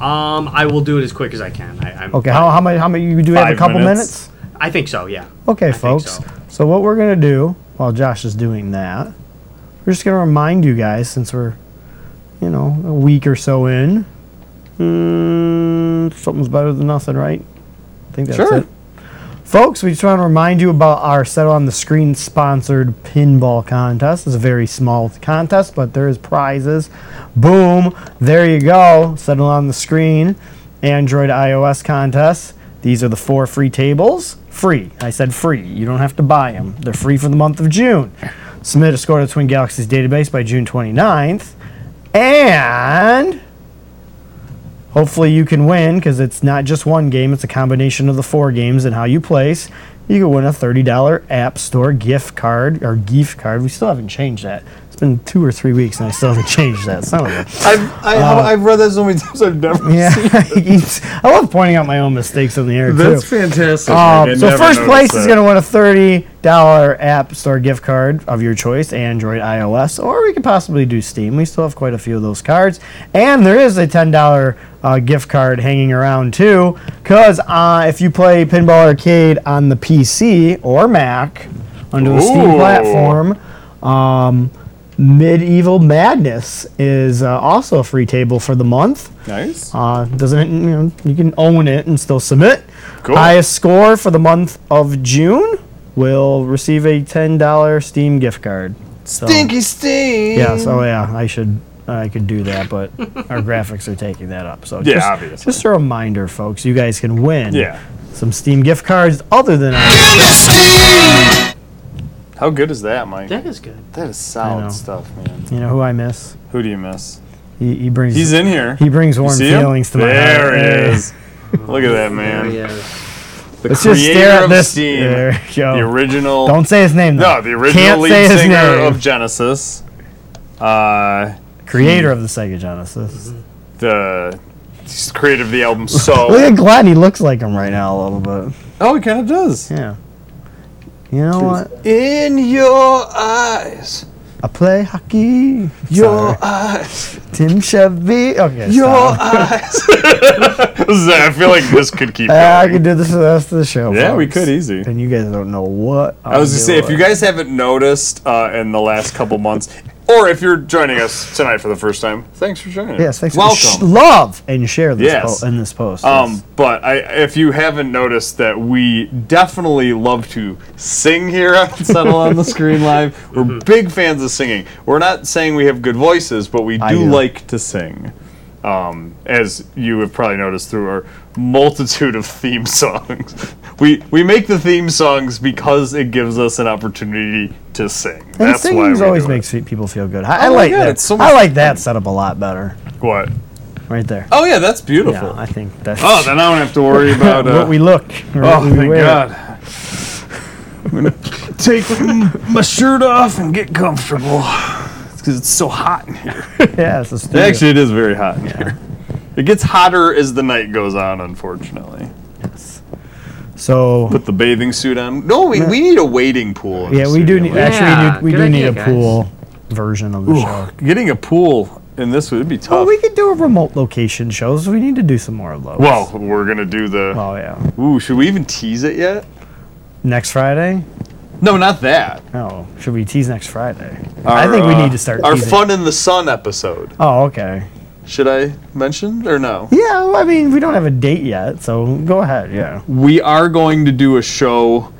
Speaker 1: Um, I will do it as quick as I can. I, I'm,
Speaker 4: Okay, how, how many? How many? You do have a
Speaker 2: Five
Speaker 4: couple
Speaker 2: minutes.
Speaker 4: minutes?
Speaker 1: I think so. Yeah.
Speaker 4: Okay,
Speaker 1: I think
Speaker 4: folks.
Speaker 1: so.
Speaker 4: So. what we're gonna do while Josh is doing that, we're just gonna remind you guys since we're you know, a week or so in, mm, something's better than nothing, right? I think that's
Speaker 2: Sure.
Speaker 4: it. Folks, we just want to remind you about our Settle on the Screen sponsored pinball contest. It's a very small contest, but there is prizes. Boom! There you go. Settle on the Screen, Android iOS contest. These are the four free tables. Free. I said free. You don't have to buy them. They're free for the month of June. Submit a score to the Twin Galaxies database by June 29th. And hopefully you can win because it's not just one game, it's a combination of the four games and how you place. You can win a $30 App Store gift card or gift card. We still haven't changed that. It's been two or three weeks and I still haven't changed that. Son of a.
Speaker 2: I've, I, I've read that so many times. I've never.
Speaker 4: Yeah. he keeps- I love pointing out my own mistakes in the air, too.
Speaker 2: That's Oh, fantastic.
Speaker 4: Um, so first place is going to win a thirty dollar App Store gift card of your choice, Android, iOS, or we could possibly do Steam. We still have quite a few of those cards, and there is a ten dollar uh, gift card hanging around too. Cause uh, if you play Pinball Arcade on the PC or Mac under the Steam
Speaker 12: Ooh.
Speaker 4: platform. Um, Medieval Madness is uh, also a free table for the month.
Speaker 2: Nice.
Speaker 4: Uh, doesn't it, you know, you can own it and still submit.
Speaker 2: Cool.
Speaker 4: Highest score for the month of June will receive a ten dollar Steam gift card. So,
Speaker 2: Stinky Steam.
Speaker 4: Yeah, so yeah, um, I should I could do that, but our graphics are taking that up. So
Speaker 2: Yeah,
Speaker 4: just,
Speaker 2: obviously.
Speaker 4: just a reminder, folks, you guys can win
Speaker 2: Yeah.
Speaker 4: some Steam gift cards other than I
Speaker 2: How good is that, Mike?
Speaker 1: That is good.
Speaker 2: That is
Speaker 4: I know.
Speaker 2: solid stuff, man.
Speaker 4: you know who I miss.
Speaker 2: Who do you miss?
Speaker 4: He, he brings
Speaker 2: He's in here.
Speaker 4: he brings warm
Speaker 2: see him?
Speaker 4: feelings to my
Speaker 2: There
Speaker 4: heart.
Speaker 2: he
Speaker 4: Yeah.
Speaker 2: is. Look at that man. The
Speaker 4: Let's just
Speaker 2: creator
Speaker 4: stare at
Speaker 2: of
Speaker 4: this.
Speaker 2: Steam.
Speaker 4: There we go.
Speaker 2: The original.
Speaker 4: Don't say his name though.
Speaker 2: no, the original
Speaker 4: Can't
Speaker 2: lead
Speaker 4: say his
Speaker 2: singer
Speaker 4: name.
Speaker 2: of Genesis. Uh,
Speaker 4: creator of the Sega Genesis.
Speaker 2: the he's creator of the album
Speaker 4: Look
Speaker 2: So.
Speaker 4: at Glenn. He looks like him right now a little bit.
Speaker 2: oh, he kind of does.
Speaker 4: Yeah. You know what?
Speaker 2: In your eyes,
Speaker 4: I play hockey.
Speaker 2: your
Speaker 4: Sorry.
Speaker 2: eyes,
Speaker 4: Tim Chevy. Okay.
Speaker 2: your
Speaker 4: stop.
Speaker 2: eyes. This is- I feel like this could keep. Going.
Speaker 4: I could do this for the rest of the show.
Speaker 2: yeah, we
Speaker 4: folks.
Speaker 2: could easy.
Speaker 4: And you guys don't know what.
Speaker 2: I was gonna say,
Speaker 4: Oh,
Speaker 2: if you guys haven't noticed uh, in the last couple months, or if you're joining us tonight for the first time, thanks for joining.
Speaker 4: Yes, thanks.
Speaker 2: Welcome.
Speaker 4: For sh- love and share this
Speaker 2: Yes.
Speaker 4: po- in this post.
Speaker 2: um, but I, if you haven't noticed that we definitely love to sing here on Settle on the Screen Live, we're big fans of singing. We're not saying we have good voices, but we
Speaker 4: I
Speaker 2: do
Speaker 4: do.
Speaker 2: like to sing. Um, as you have probably noticed through our multitude of theme songs, we we make the theme songs because it gives us an opportunity to sing.
Speaker 4: and
Speaker 2: That's why
Speaker 4: singing
Speaker 2: we
Speaker 4: always
Speaker 2: do it.
Speaker 4: makes fe- people feel good. I, I
Speaker 2: Oh my
Speaker 4: like
Speaker 2: God,
Speaker 4: that.
Speaker 2: it's so
Speaker 4: I
Speaker 2: much
Speaker 4: like that setup a lot better.
Speaker 2: what?
Speaker 4: Right there.
Speaker 2: Oh yeah, that's beautiful.
Speaker 4: Yeah, I think that's
Speaker 2: oh, then I don't have to worry about uh,
Speaker 4: what we look. or what
Speaker 2: Oh,
Speaker 4: we
Speaker 2: thank
Speaker 4: wear.
Speaker 2: God. I'm gonna take m- my shirt off and get comfortable. It's because it's so hot in here.
Speaker 4: Yeah, it's a studio.
Speaker 2: Actually, it is very hot in here. It gets hotter as the night goes on, unfortunately.
Speaker 4: so
Speaker 2: Put the bathing suit on. No, we, we need a wading pool. in
Speaker 4: Yeah,
Speaker 2: the
Speaker 4: we do.
Speaker 2: studio.
Speaker 4: Need, actually, we do, we
Speaker 1: good
Speaker 4: do need
Speaker 1: idea,
Speaker 4: a
Speaker 1: guys.
Speaker 4: pool version of the show.
Speaker 2: Getting a pool in this would be
Speaker 4: Well,
Speaker 2: tough.
Speaker 4: we could do a remote location shows. We need to do some more of those.
Speaker 2: Well, we're gonna do the.
Speaker 4: oh yeah,
Speaker 2: Ooh, should we even tease it yet?
Speaker 4: next Friday.
Speaker 2: No, not that.
Speaker 4: Oh, should we tease next Friday? I think we
Speaker 2: uh,
Speaker 4: need to start.
Speaker 2: Our
Speaker 4: teasing.
Speaker 2: fun in the sun episode.
Speaker 4: Oh, okay.
Speaker 2: Should I mention or no?
Speaker 4: Yeah, well, I mean, we don't have a date yet, so go ahead. Yeah.
Speaker 2: we are going to do a show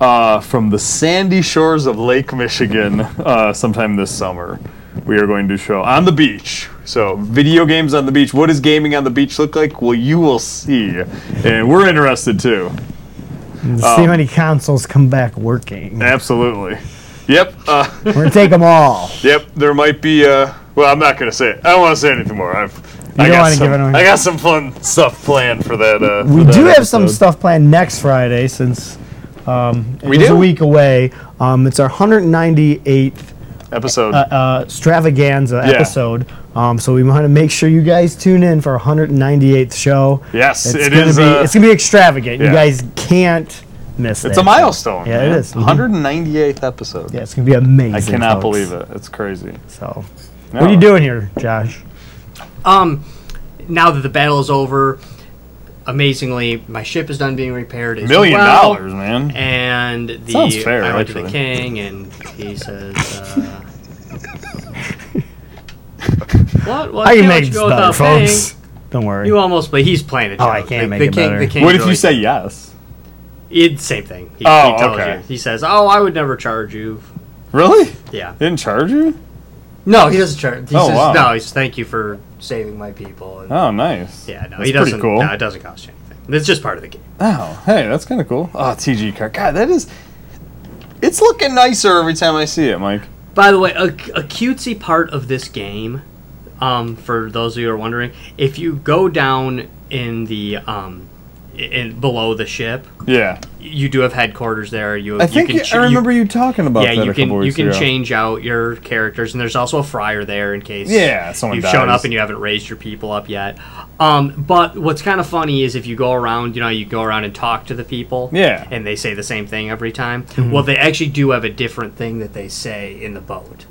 Speaker 2: uh, from the sandy shores of Lake Michigan uh, sometime this summer. We are going to show on the beach. So, video games on the beach. What does gaming on the beach look like? Well, you will see. And we're interested too.
Speaker 4: see
Speaker 2: Um,
Speaker 4: how many consoles come back working.
Speaker 2: Absolutely. Yep. Uh,
Speaker 4: We're gonna take them all.
Speaker 2: yep. There might be. Uh, well, I'm not going to say it. I don't want to say anything more. I've. I
Speaker 4: don't
Speaker 2: got,
Speaker 4: wanna
Speaker 2: some,
Speaker 4: give it away.
Speaker 2: I got some fun stuff planned for that. Uh,
Speaker 4: We
Speaker 2: for that
Speaker 4: do have some
Speaker 2: episode.
Speaker 4: stuff planned next Friday since um,
Speaker 2: We
Speaker 4: it was a
Speaker 2: do?
Speaker 4: week away. Um, it's our 198th
Speaker 2: Episode.
Speaker 4: uh, extravaganza
Speaker 2: Yeah.
Speaker 4: episode. Um, so we want to make sure you guys tune in for our 198th show.
Speaker 2: Yes,
Speaker 4: it's
Speaker 2: it
Speaker 4: gonna
Speaker 2: is,
Speaker 4: Be,
Speaker 2: uh,
Speaker 4: it's gonna be extravagant. You
Speaker 2: yeah.
Speaker 4: guys can't miss it.
Speaker 2: it's a milestone.
Speaker 4: Yeah, it
Speaker 2: man.
Speaker 4: is. Mhm.
Speaker 2: 198th episode.
Speaker 4: Yeah, it's gonna be amazing.
Speaker 2: I cannot
Speaker 4: folks.
Speaker 2: believe it. It's crazy.
Speaker 4: So,
Speaker 2: No.
Speaker 4: what are you doing here, Josh?
Speaker 1: Um, now that the battle is over, amazingly, my ship is done being repaired. as
Speaker 2: Million
Speaker 1: well.
Speaker 2: dollars, man.
Speaker 1: And the
Speaker 2: Sounds fair,
Speaker 1: I went to the
Speaker 2: actually.
Speaker 1: king, and he says, uh, What? Well,
Speaker 4: I can
Speaker 1: can't
Speaker 4: make
Speaker 1: let you
Speaker 4: this
Speaker 1: go without
Speaker 4: better,
Speaker 1: saying.
Speaker 4: folks. Don't worry.
Speaker 1: You almost, but he's playing it.
Speaker 4: Oh, I
Speaker 1: Charlie. Like,
Speaker 4: can't make
Speaker 1: they
Speaker 4: it
Speaker 1: can't-
Speaker 4: better.
Speaker 1: They can't
Speaker 2: What if
Speaker 1: really-
Speaker 2: you say yes?
Speaker 1: It's same thing. He,
Speaker 2: Oh,
Speaker 1: he tells
Speaker 2: okay.
Speaker 1: you. He says, "Oh, I would never charge you."
Speaker 2: Really?
Speaker 1: Yeah.
Speaker 2: Didn't charge you?
Speaker 1: No, he doesn't charge. He
Speaker 2: Oh,
Speaker 1: says,
Speaker 2: wow.
Speaker 1: "No, he's thank you for saving my people." And,
Speaker 2: Oh, nice.
Speaker 1: yeah, no,
Speaker 2: that's
Speaker 1: he doesn't.
Speaker 2: Pretty cool.
Speaker 1: No, it doesn't cost you anything. It's just part of the game.
Speaker 2: Oh, hey, that's kind of cool. Oh, TG card. God, that is. It's looking nicer every time I see it, Mike.
Speaker 1: By the way, a, a cutesy part of this game, um, for those of you who are wondering, if you go down in the um, in below the ship,
Speaker 2: Yeah.
Speaker 1: you do have headquarters there. You,
Speaker 2: I think
Speaker 1: you can
Speaker 2: I
Speaker 1: you-
Speaker 2: remember you talking about
Speaker 1: yeah,
Speaker 2: that
Speaker 1: you
Speaker 2: a
Speaker 1: can
Speaker 2: couple
Speaker 1: you
Speaker 2: weeks
Speaker 1: can
Speaker 2: ago.
Speaker 1: change out your characters, and there's also a fryer there in case
Speaker 2: Yeah, someone
Speaker 1: you've shown
Speaker 2: dies.
Speaker 1: up and you haven't raised your people up yet. Um, but what's kind of funny is if you go around, you know, you go around and talk to the people,
Speaker 2: Yeah. Mm-hmm.
Speaker 1: and they say the same thing every time. Well, they actually do have a different thing that they say in the boat.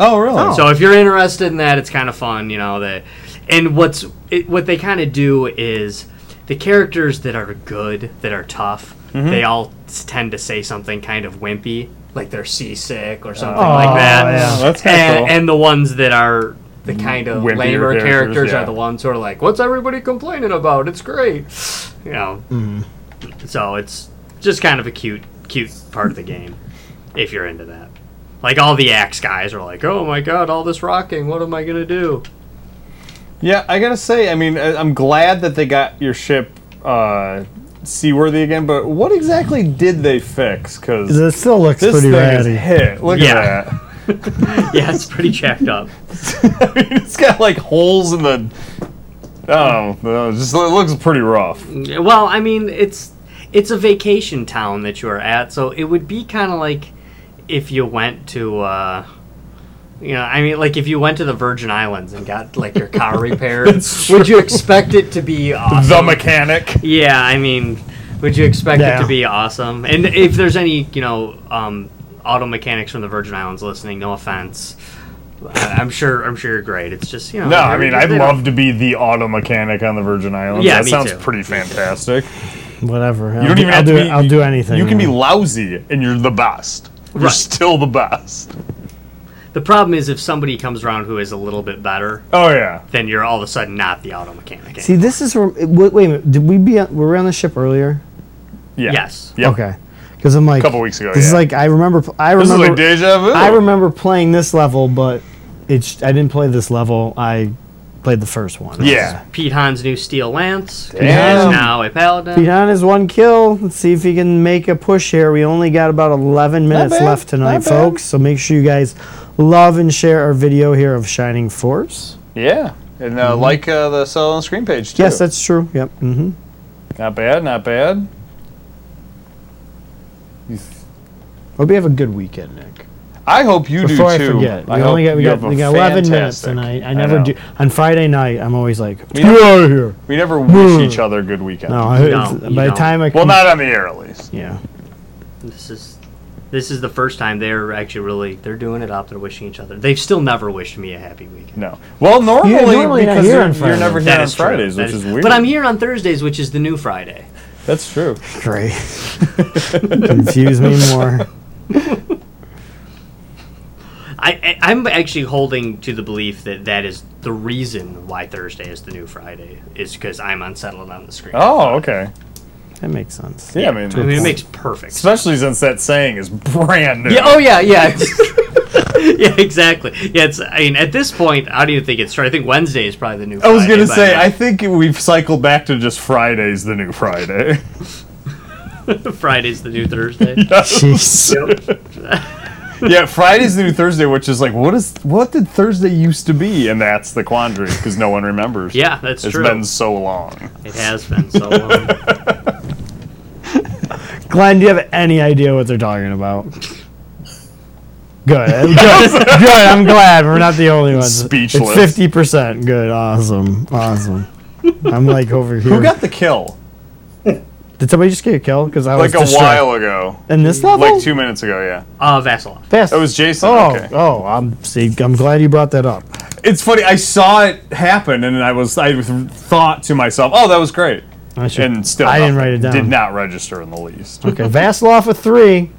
Speaker 2: Oh, really?
Speaker 1: So if you're interested in that, it's kind of fun, you know. That and what's it, what they kind of do is the characters that are good, that are tough,
Speaker 2: Mm-hmm.
Speaker 1: they all s- tend to say something kind of wimpy, like they're seasick or something like that.
Speaker 2: Oh, yeah. That's kinda
Speaker 1: and,
Speaker 2: cool.
Speaker 1: and the ones that are the kind of
Speaker 2: Wimpier
Speaker 1: lamer characters,
Speaker 2: characters, yeah.
Speaker 1: are the ones who are like, "What's everybody complaining about? It's great," you know. So it's just kind of a cute, cute part of the game if you're into that. Like all the axe guys are like, "Oh my god, all this rocking! What am I gonna do?"
Speaker 2: Yeah, I gotta say, I mean, I- I'm glad that they got your ship uh, seaworthy again, but what exactly did they fix? Because this
Speaker 4: It still looks pretty
Speaker 2: thing
Speaker 4: ratty.
Speaker 2: is hit. Look
Speaker 1: Yeah.
Speaker 2: at that.
Speaker 1: Yeah, it's pretty jacked up.
Speaker 2: I mean, it's got like holes in the. Oh, no, it just it looks pretty rough.
Speaker 1: Well, I mean, it's it's a vacation town that you are at, so it would be kind of like if you went to, uh, you know, I mean, like if you went to the Virgin Islands and got like your car repaired, would you expect it to be awesome?
Speaker 2: The mechanic.
Speaker 1: Yeah, I mean, would you expect it
Speaker 4: Yeah.
Speaker 1: to be awesome? And if there's any, you know, um, auto mechanics from the Virgin Islands listening, no offense. I- I'm sure. I'm sure you're great. It's just you know.
Speaker 2: No, I mean, I'd
Speaker 1: they don't-
Speaker 2: love to be the auto mechanic on the Virgin Islands.
Speaker 1: Yeah,
Speaker 2: that
Speaker 1: me
Speaker 2: sounds
Speaker 1: too.
Speaker 2: pretty fantastic.
Speaker 4: Whatever. I'll
Speaker 2: You don't
Speaker 4: do-
Speaker 2: even
Speaker 4: I'll
Speaker 2: have
Speaker 4: do,
Speaker 2: to be.
Speaker 4: I'll do anything.
Speaker 2: You can be lousy, and you're the best. You're
Speaker 1: Right.
Speaker 2: still the best.
Speaker 1: The problem is if somebody comes around who is a little bit better,
Speaker 2: Oh yeah.
Speaker 1: then you're all of a sudden not the auto mechanic.
Speaker 4: See, this is where. Wait, wait a minute. Did we be? On, were we on the ship earlier?
Speaker 2: Yeah.
Speaker 1: Yes.
Speaker 2: Yep.
Speaker 4: Okay. Because I'm like.
Speaker 2: Couple weeks ago,
Speaker 4: This is
Speaker 2: yeah.
Speaker 4: like I remember. pl- I
Speaker 2: This
Speaker 4: remember.
Speaker 2: is like deja vu.
Speaker 4: I remember playing this level, but it's. I didn't play this level. I played the first one.
Speaker 2: Yeah.
Speaker 1: Pete Hahn's new steel lance who is
Speaker 2: Damn.
Speaker 1: now a paladin.
Speaker 4: Beyond his one kill. Let's see if he can make a push here. We only got about 11 minutes
Speaker 2: bad,
Speaker 4: left tonight,
Speaker 2: not bad.
Speaker 4: folks. So make sure you guys love and share our video here of Shining Force.
Speaker 2: Yeah. And uh, like uh, the sell on the screen page too.
Speaker 4: Mm-hmm. Yes, that's true. Yep. hmm
Speaker 2: not bad. Not bad.
Speaker 4: Hope you have a good weekend, Nick.
Speaker 2: I hope you
Speaker 4: Before I
Speaker 2: do too.
Speaker 4: forget, we
Speaker 2: I
Speaker 4: only
Speaker 2: hope
Speaker 4: got we
Speaker 2: you
Speaker 4: got,
Speaker 2: have a
Speaker 4: we got 11 minutes
Speaker 2: fantastic-
Speaker 4: tonight. I never
Speaker 2: know.
Speaker 4: do. On Friday night, I'm always like,
Speaker 2: We
Speaker 4: get
Speaker 2: never-
Speaker 4: out of here.
Speaker 2: We never wish each other good weekend.
Speaker 4: No, I,
Speaker 1: No,
Speaker 4: it's-
Speaker 1: you
Speaker 4: by the
Speaker 1: don't.
Speaker 4: time I
Speaker 2: Well,
Speaker 4: come-
Speaker 2: not on the air at least.
Speaker 4: yeah.
Speaker 1: This is this is the first time they're actually really they're doing it up. They're wishing each other. They've still never wished me a happy weekend.
Speaker 2: No. Well, normally,
Speaker 4: normally not
Speaker 2: because
Speaker 4: here
Speaker 2: you're,
Speaker 4: on
Speaker 2: you're never here
Speaker 4: Fridays.
Speaker 1: That
Speaker 2: on
Speaker 1: is true.
Speaker 2: Fridays,
Speaker 1: That
Speaker 2: which is,
Speaker 1: is-
Speaker 2: weird.
Speaker 1: But I'm here on Thursdays, which is the new Friday.
Speaker 2: That's true.
Speaker 4: Great. Confuse me more.
Speaker 1: I, I I'm actually holding to the belief that that is the reason why Thursday is the new Friday is because I'm unsettled on the screen.
Speaker 2: Oh, okay.
Speaker 4: That makes sense.
Speaker 2: Yeah, I mean,
Speaker 1: I mean, it makes perfect. sense.
Speaker 2: especially since that saying is brand new.
Speaker 1: Yeah. Oh, yeah. Yeah. yeah. Exactly. Yeah. It's. I mean, at this point, I don't even think it's. Friday. I think Wednesday is probably the new.
Speaker 2: I was
Speaker 1: Friday,
Speaker 2: gonna
Speaker 1: but-
Speaker 2: say, I think we've cycled back to just Fridays, the new Friday.
Speaker 1: Friday's the new Thursday.
Speaker 4: Jeez.
Speaker 2: yeah, Friday's the new Thursday, which is like, what is what did Thursday used to be? And that's the quandary because no one remembers.
Speaker 1: Yeah, that's
Speaker 2: it's
Speaker 1: true.
Speaker 2: been so long.
Speaker 1: It has been so long.
Speaker 4: Glenn, do you have any idea what they're talking about? Good. Good. Good. I'm glad we're not the only ones.
Speaker 2: Speechless.
Speaker 4: It's 50%. Good. Awesome. Awesome. I'm like over here.
Speaker 2: Who got the kill?
Speaker 4: Did somebody just get a kill? Because I was
Speaker 2: Like a
Speaker 4: distracted.
Speaker 2: while ago,
Speaker 4: In this level?
Speaker 2: like two minutes ago. Yeah,
Speaker 1: Uh, Vasilov.
Speaker 4: Fast.
Speaker 2: that was Jason.
Speaker 4: Oh,
Speaker 2: okay.
Speaker 4: oh, I'm see. I'm glad you brought that up.
Speaker 2: It's funny. I saw it happen, and I was I thought to myself, "Oh, that was great,"
Speaker 4: I should-
Speaker 2: and still
Speaker 4: I didn't
Speaker 2: nothing.
Speaker 4: write it down.
Speaker 2: Did not register in the least.
Speaker 4: Okay, Vasilov with three.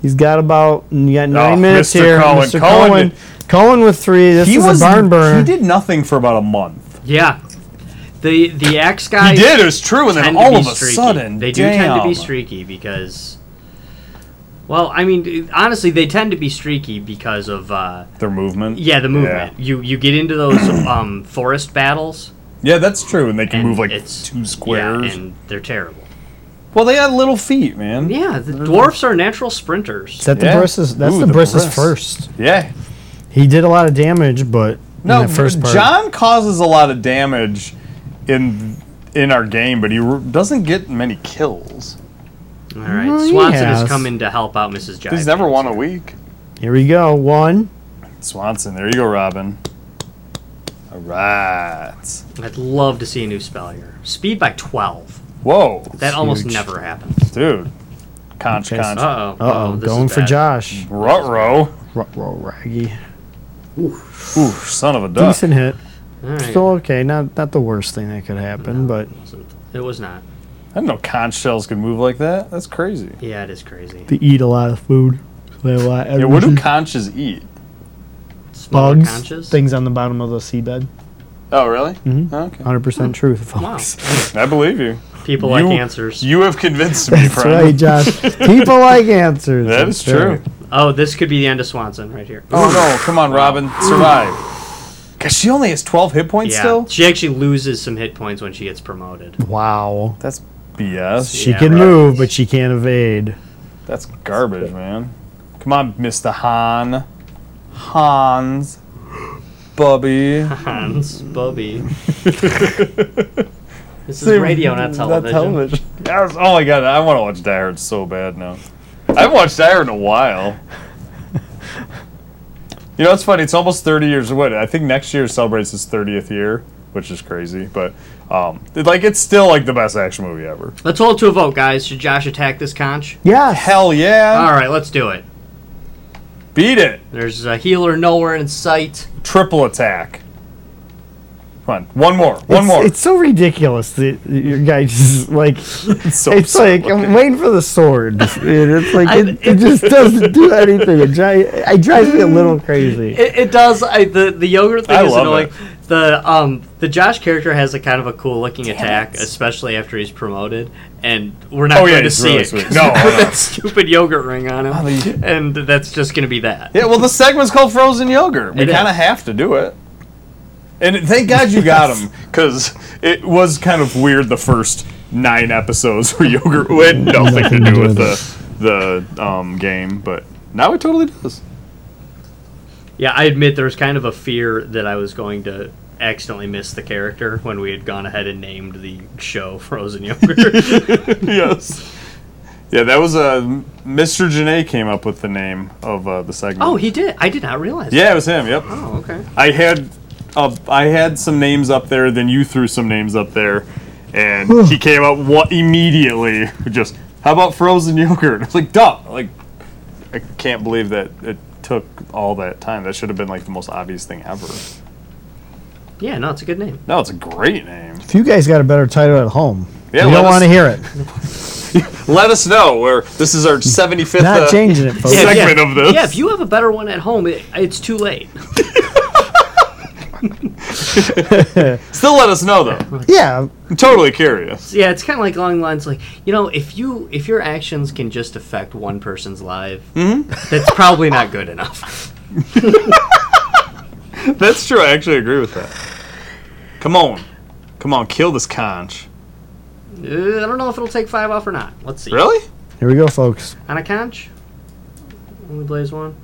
Speaker 4: He's got about you got nine
Speaker 2: Oh,
Speaker 4: minutes
Speaker 2: Mr.
Speaker 4: here.
Speaker 2: Cohen.
Speaker 4: Mr.
Speaker 2: Cohen
Speaker 4: Cohen Cohen with three. This
Speaker 2: he
Speaker 4: is
Speaker 2: was
Speaker 4: a barn burner.
Speaker 2: He did nothing for about a month.
Speaker 1: Yeah. The the axe guy
Speaker 2: He did, it was true, and then all of a
Speaker 1: streaky.
Speaker 2: sudden,
Speaker 1: they do tend to be
Speaker 2: damn.
Speaker 1: streaky because well, I mean, honestly, they tend to be streaky because of uh,
Speaker 2: Their movement.
Speaker 1: yeah, the movement. You you get into those um, forest battles.
Speaker 2: Yeah, that's true, and they can
Speaker 1: And
Speaker 2: move like
Speaker 1: it's-
Speaker 2: two squares.
Speaker 1: Yeah, and they're terrible.
Speaker 2: well, they had little feet, man.
Speaker 1: Yeah, the dwarfs are natural sprinters.
Speaker 4: Is that the
Speaker 2: Yeah.
Speaker 4: Brisses? That's
Speaker 2: Ooh,
Speaker 4: the,
Speaker 2: the
Speaker 4: Brisses
Speaker 2: Briss.
Speaker 4: first.
Speaker 2: Yeah.
Speaker 4: He did a lot of damage, but
Speaker 2: No,
Speaker 4: in that first part,
Speaker 2: John causes a lot of damage in in our game, but he r- doesn't get many kills.
Speaker 1: All right,
Speaker 4: Well, he
Speaker 1: Swanson
Speaker 4: has.
Speaker 1: is coming to help out Mrs. Jive.
Speaker 2: He's never won a week.
Speaker 4: Here we go. One.
Speaker 2: Swanson, there you go, Robin. All right.
Speaker 1: I'd love to see a new spell here. Speed by twelve.
Speaker 2: Whoa,
Speaker 1: That almost
Speaker 4: Huge.
Speaker 1: never happens.
Speaker 2: dude. Conch,
Speaker 4: Okay,
Speaker 2: conch.
Speaker 1: Uh oh.
Speaker 4: Uh oh, going for Josh.
Speaker 2: Rutro.
Speaker 4: Ruh, roll raggy.
Speaker 2: Ooh, son of a duck.
Speaker 4: Decent hit.
Speaker 1: All right.
Speaker 4: Still okay. Not not the worst thing that could happen, but
Speaker 1: It was not.
Speaker 2: I didn't know conch shells could move like that. That's crazy.
Speaker 1: Yeah, it is crazy.
Speaker 4: they eat a lot of food. They have a lot of
Speaker 2: Yeah, what do
Speaker 4: energy.
Speaker 2: conches eat?
Speaker 1: Smaller
Speaker 4: bugs?
Speaker 1: Conches?
Speaker 4: Things on the bottom of the seabed.
Speaker 2: Oh, really?
Speaker 4: Mhm.
Speaker 2: Okay.
Speaker 4: 100% truth,
Speaker 1: Wow.
Speaker 4: folks.
Speaker 2: I believe you.
Speaker 1: People
Speaker 2: You-
Speaker 1: like answers.
Speaker 2: You have convinced me,
Speaker 4: That's
Speaker 2: friend.
Speaker 4: right, Josh. People like answers.
Speaker 2: That
Speaker 4: That's
Speaker 2: is true.
Speaker 4: right.
Speaker 1: oh, this could be the end of Swanson right here.
Speaker 2: Oh no! Come on, Robin, survive. Cause she only has twelve hit points
Speaker 1: yeah.
Speaker 2: still.
Speaker 1: She actually loses some hit points when she gets promoted.
Speaker 4: Wow.
Speaker 2: That's BS.
Speaker 4: She
Speaker 1: Yeah,
Speaker 4: can
Speaker 1: right.
Speaker 4: move, but she can't evade.
Speaker 2: That's garbage, man. Come on, Mr. Han, Hans, Bubby.
Speaker 1: Hans, Bobby. this is radio, not television.
Speaker 2: Yes. Oh my god, I want to watch Die Hard so bad now. I haven't watched Die Hard in a while. You know, it's funny. It's almost 30 years. What I think next year celebrates its 30th year, which is crazy. But um, it- like, it's still like the best action movie ever.
Speaker 1: Let's hold to a vote, guys. Should Josh attack this conch?
Speaker 4: Yes.
Speaker 2: Hell yeah!
Speaker 1: All right, let's do it.
Speaker 2: Beat it!
Speaker 1: There's a healer nowhere in sight.
Speaker 2: Triple attack. Come on, one more, one
Speaker 4: It's-
Speaker 2: more.
Speaker 4: It's so ridiculous that your guy just like it's,
Speaker 2: so
Speaker 4: like
Speaker 2: looking.
Speaker 4: I'm waiting for the sword. And it's like
Speaker 1: I-
Speaker 4: it, it just doesn't do anything. It, dri- it drives me a little crazy.
Speaker 1: It, it does. I, the the yogurt thing
Speaker 2: I
Speaker 1: is
Speaker 2: love
Speaker 1: annoying.
Speaker 2: it.
Speaker 1: The um the Josh character has a kind of a cool looking attack, especially after he's promoted, and we're not
Speaker 2: Oh,
Speaker 1: going
Speaker 2: yeah,
Speaker 1: to
Speaker 2: it's
Speaker 1: see
Speaker 2: really
Speaker 1: it.
Speaker 2: sweet.
Speaker 1: 'cause
Speaker 2: No,
Speaker 1: we
Speaker 2: Oh, I
Speaker 1: put
Speaker 2: know.
Speaker 1: that stupid yogurt ring on him, and that's just going to be that.
Speaker 2: Yeah, well, the segment's called Frozen Yogurt. We
Speaker 1: It is.
Speaker 2: kind of have to do it. And thank God you got him, because it was kind of weird the first nine episodes where yogurt had nothing to do with the the um, game, but now it totally does.
Speaker 1: Yeah, I admit there was kind of a fear that I was going to accidentally miss the character when we had gone ahead and named the show Frozen Yogurt.
Speaker 2: yes. Yeah, that was uh, Mr. Janae came up with the name of uh, the segment.
Speaker 1: oh, he did. I did not realize.
Speaker 2: yeah, it was him. Yep.
Speaker 1: That. Oh, okay.
Speaker 2: I had uh, I had some names up there, then you threw some names up there, and he came up what immediately with just how about frozen yogurt? It's like duh, like I can't believe that it took all that time. That should have been like the most obvious thing ever.
Speaker 1: Yeah, no, it's a good name.
Speaker 2: No, it's a great name.
Speaker 4: if you guys got a better title at home,
Speaker 2: Yeah,
Speaker 4: we
Speaker 2: let
Speaker 4: don't
Speaker 2: us-
Speaker 4: want to hear it.
Speaker 2: Let us know where this is our uh, seventy fifth
Speaker 4: Not changing it, folks.
Speaker 1: Yeah,
Speaker 2: segment of this.
Speaker 1: Yeah, if you have a better one at home, it, it's too late.
Speaker 2: Still let us know though.
Speaker 4: Yeah,
Speaker 2: I'm totally curious.
Speaker 1: Yeah, it's kind of like along the lines like you know if you if your actions can just affect one person's life,
Speaker 2: Mm-hmm.
Speaker 1: that's probably not good enough.
Speaker 2: That's true. I actually agree with that. Come on, come on, kill this conch.
Speaker 1: Uh, I don't know if it'll take five off or not. Let's see.
Speaker 2: Really?
Speaker 4: here we go, folks.
Speaker 1: On a conch, only blaze one.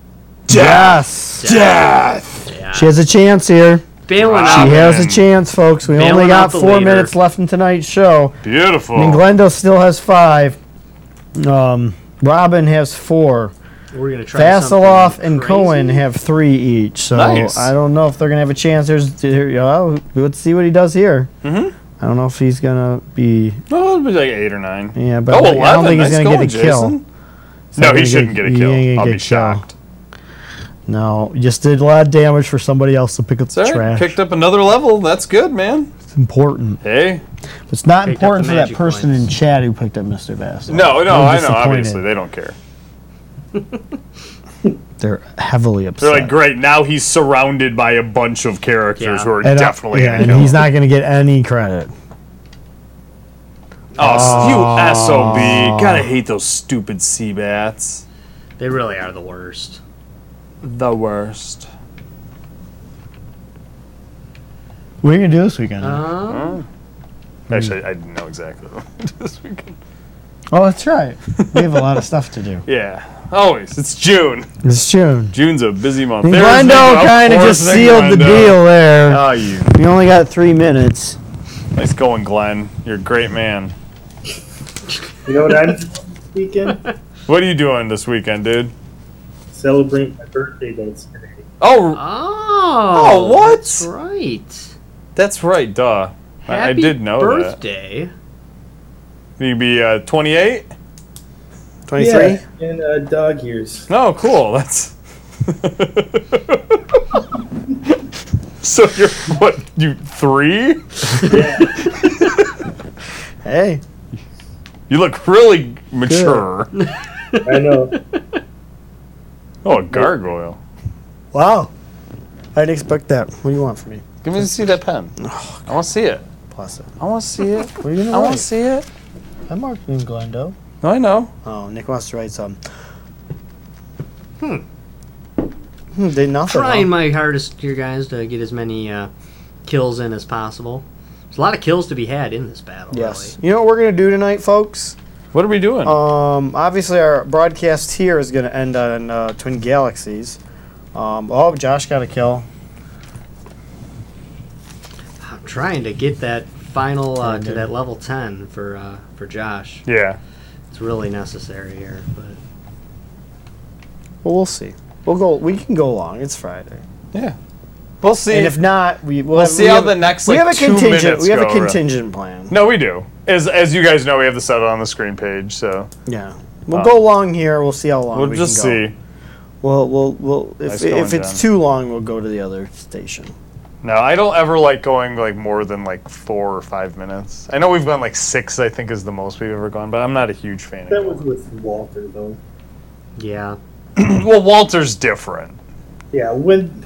Speaker 4: Yes.
Speaker 2: Death.
Speaker 1: Yeah,
Speaker 4: She has a chance here.
Speaker 1: bailing
Speaker 4: She
Speaker 1: out.
Speaker 4: has a
Speaker 2: man.
Speaker 4: chance, folks. We only
Speaker 1: Oh, Bailing
Speaker 4: got
Speaker 1: out the
Speaker 4: four
Speaker 1: leader. Oh.
Speaker 4: minutes left in tonight's show.
Speaker 2: Beautiful.
Speaker 4: And Glendo still has five. Um, Robin has four.
Speaker 1: We're gonna try
Speaker 4: Vasilov
Speaker 1: something
Speaker 4: and
Speaker 1: crazy.
Speaker 4: Cohen have three each, so
Speaker 2: Nice.
Speaker 4: I don't know if they're gonna have a chance. There's, there, you know, let's see what he does here. Mm-hmm. I don't know if he's gonna be,
Speaker 2: Oh, it'd be like eight or nine.
Speaker 4: yeah, but
Speaker 2: Oh,
Speaker 4: I don't-
Speaker 2: 11.
Speaker 4: I don't think
Speaker 2: nice
Speaker 4: he's gonna
Speaker 2: going,
Speaker 4: get a kill.
Speaker 2: Jason.
Speaker 4: He's
Speaker 2: No,
Speaker 4: not
Speaker 2: he
Speaker 4: gonna
Speaker 2: shouldn't get, a
Speaker 4: he
Speaker 2: kill.
Speaker 4: ain't gonna
Speaker 2: I'll
Speaker 4: get
Speaker 2: be shocked.
Speaker 4: No, just did a lot of damage for somebody else to pick up the
Speaker 2: Sorry,
Speaker 4: trash.
Speaker 2: picked up another level. That's good, man.
Speaker 4: it's important.
Speaker 2: Hey.
Speaker 4: It's not
Speaker 1: Picked up
Speaker 4: important
Speaker 1: the
Speaker 4: for that
Speaker 1: magic
Speaker 4: person
Speaker 1: points.
Speaker 4: in chat who picked up Mr. Bass.
Speaker 2: No, no,
Speaker 4: I'm
Speaker 2: I know.
Speaker 4: disappointed.
Speaker 2: Obviously, they don't care.
Speaker 4: They're heavily
Speaker 2: They're
Speaker 4: upset.
Speaker 2: like, great. Now he's surrounded by a bunch of characters who are
Speaker 4: And, uh,
Speaker 2: definitely
Speaker 4: yeah,
Speaker 2: gonna
Speaker 4: and
Speaker 2: kill
Speaker 4: he's
Speaker 2: him.
Speaker 4: not going to get any credit.
Speaker 2: Oh, s- you sob!
Speaker 4: Oh.
Speaker 2: Gotta hate those stupid sea bats.
Speaker 1: They really are the worst.
Speaker 2: The worst.
Speaker 4: What are you going to do this weekend?
Speaker 1: Um,
Speaker 2: Actually, I didn't know exactly. this weekend.
Speaker 4: oh, that's right. We have a lot of stuff to do.
Speaker 2: Yeah, always. It's June.
Speaker 4: It's June.
Speaker 2: June's a busy month.
Speaker 4: And
Speaker 2: There's
Speaker 4: Glendo
Speaker 2: Nick,
Speaker 4: kind of
Speaker 2: course,
Speaker 4: just
Speaker 2: Nick
Speaker 4: sealed the
Speaker 2: Glendo.
Speaker 4: deal there.
Speaker 2: Ah, you.
Speaker 4: We only got three minutes.
Speaker 2: Nice going, Glenn. You're a great man.
Speaker 8: You know what I'm doing this weekend?
Speaker 2: What are you doing this weekend, dude?
Speaker 8: Celebrate my birthday, but it's today.
Speaker 2: Oh,
Speaker 1: Oh,
Speaker 2: Oh, what?
Speaker 1: That's right.
Speaker 2: that's right. Duh. I, I
Speaker 1: Happy
Speaker 2: did know
Speaker 1: birthday.
Speaker 2: that. You'd be uh, 28.
Speaker 8: Yeah, and uh, dog years.
Speaker 2: No, cool. That's. so you're what? You three?
Speaker 4: Hey.
Speaker 2: You look really mature.
Speaker 8: I know.
Speaker 2: Oh, a gargoyle.
Speaker 4: Wow. I didn't expect that. What do you want from me?
Speaker 2: Give me to see that pen.
Speaker 1: Oh,
Speaker 2: I want to see it.
Speaker 4: Plus it.
Speaker 2: I want to see it.
Speaker 4: What are you
Speaker 2: I
Speaker 4: going
Speaker 2: want to
Speaker 4: to write?
Speaker 2: see it.
Speaker 4: I marked in Glendo.
Speaker 2: No, I know.
Speaker 4: Oh, Nick wants to write some. Hmm. They nothing.
Speaker 1: Trying
Speaker 4: huh?
Speaker 1: my hardest here, guys, to get as many uh, kills in as possible. There's a lot of kills to be had in this battle.
Speaker 4: Yes. You know what we're going to do tonight, folks?
Speaker 2: What are we doing?
Speaker 1: Uh,
Speaker 4: Um, obviously, our broadcast here is going to end on uh, Twin Galaxies. Um, oh, Josh got a kill.
Speaker 1: Really. I'm trying to get that final uh, to that level 10 for uh, for Josh.
Speaker 2: yeah.
Speaker 1: It's really necessary here, but
Speaker 4: Well, we'll see. We'll go. We can go long. It's Friday.
Speaker 2: Yeah. We'll see.
Speaker 4: And if not, we will
Speaker 2: we'll see how the next
Speaker 4: we
Speaker 2: like
Speaker 4: have a
Speaker 2: two
Speaker 4: contingent.
Speaker 2: minutes
Speaker 4: We have a
Speaker 2: go around.
Speaker 4: contingent plan.
Speaker 2: No, we do. As as you guys know, we have the set on the screen page, so
Speaker 4: Yeah, we'll
Speaker 2: Uh,
Speaker 4: go long here. We'll see how long.
Speaker 2: we'll
Speaker 4: Oh, we
Speaker 2: just
Speaker 4: can go.
Speaker 2: see.
Speaker 4: We'll we'll we'll. If,
Speaker 2: Nice going,
Speaker 4: if it's
Speaker 2: John.
Speaker 4: too long, we'll go to the other station.
Speaker 2: No, I don't ever like going like more than like four or five minutes. I know we've gone like six, I think, is the most we've ever gone, but I'm not a huge fan.
Speaker 8: That
Speaker 2: Of
Speaker 8: was with Walter, though.
Speaker 1: yeah.
Speaker 2: it. well, Walter's different.
Speaker 8: Yeah, when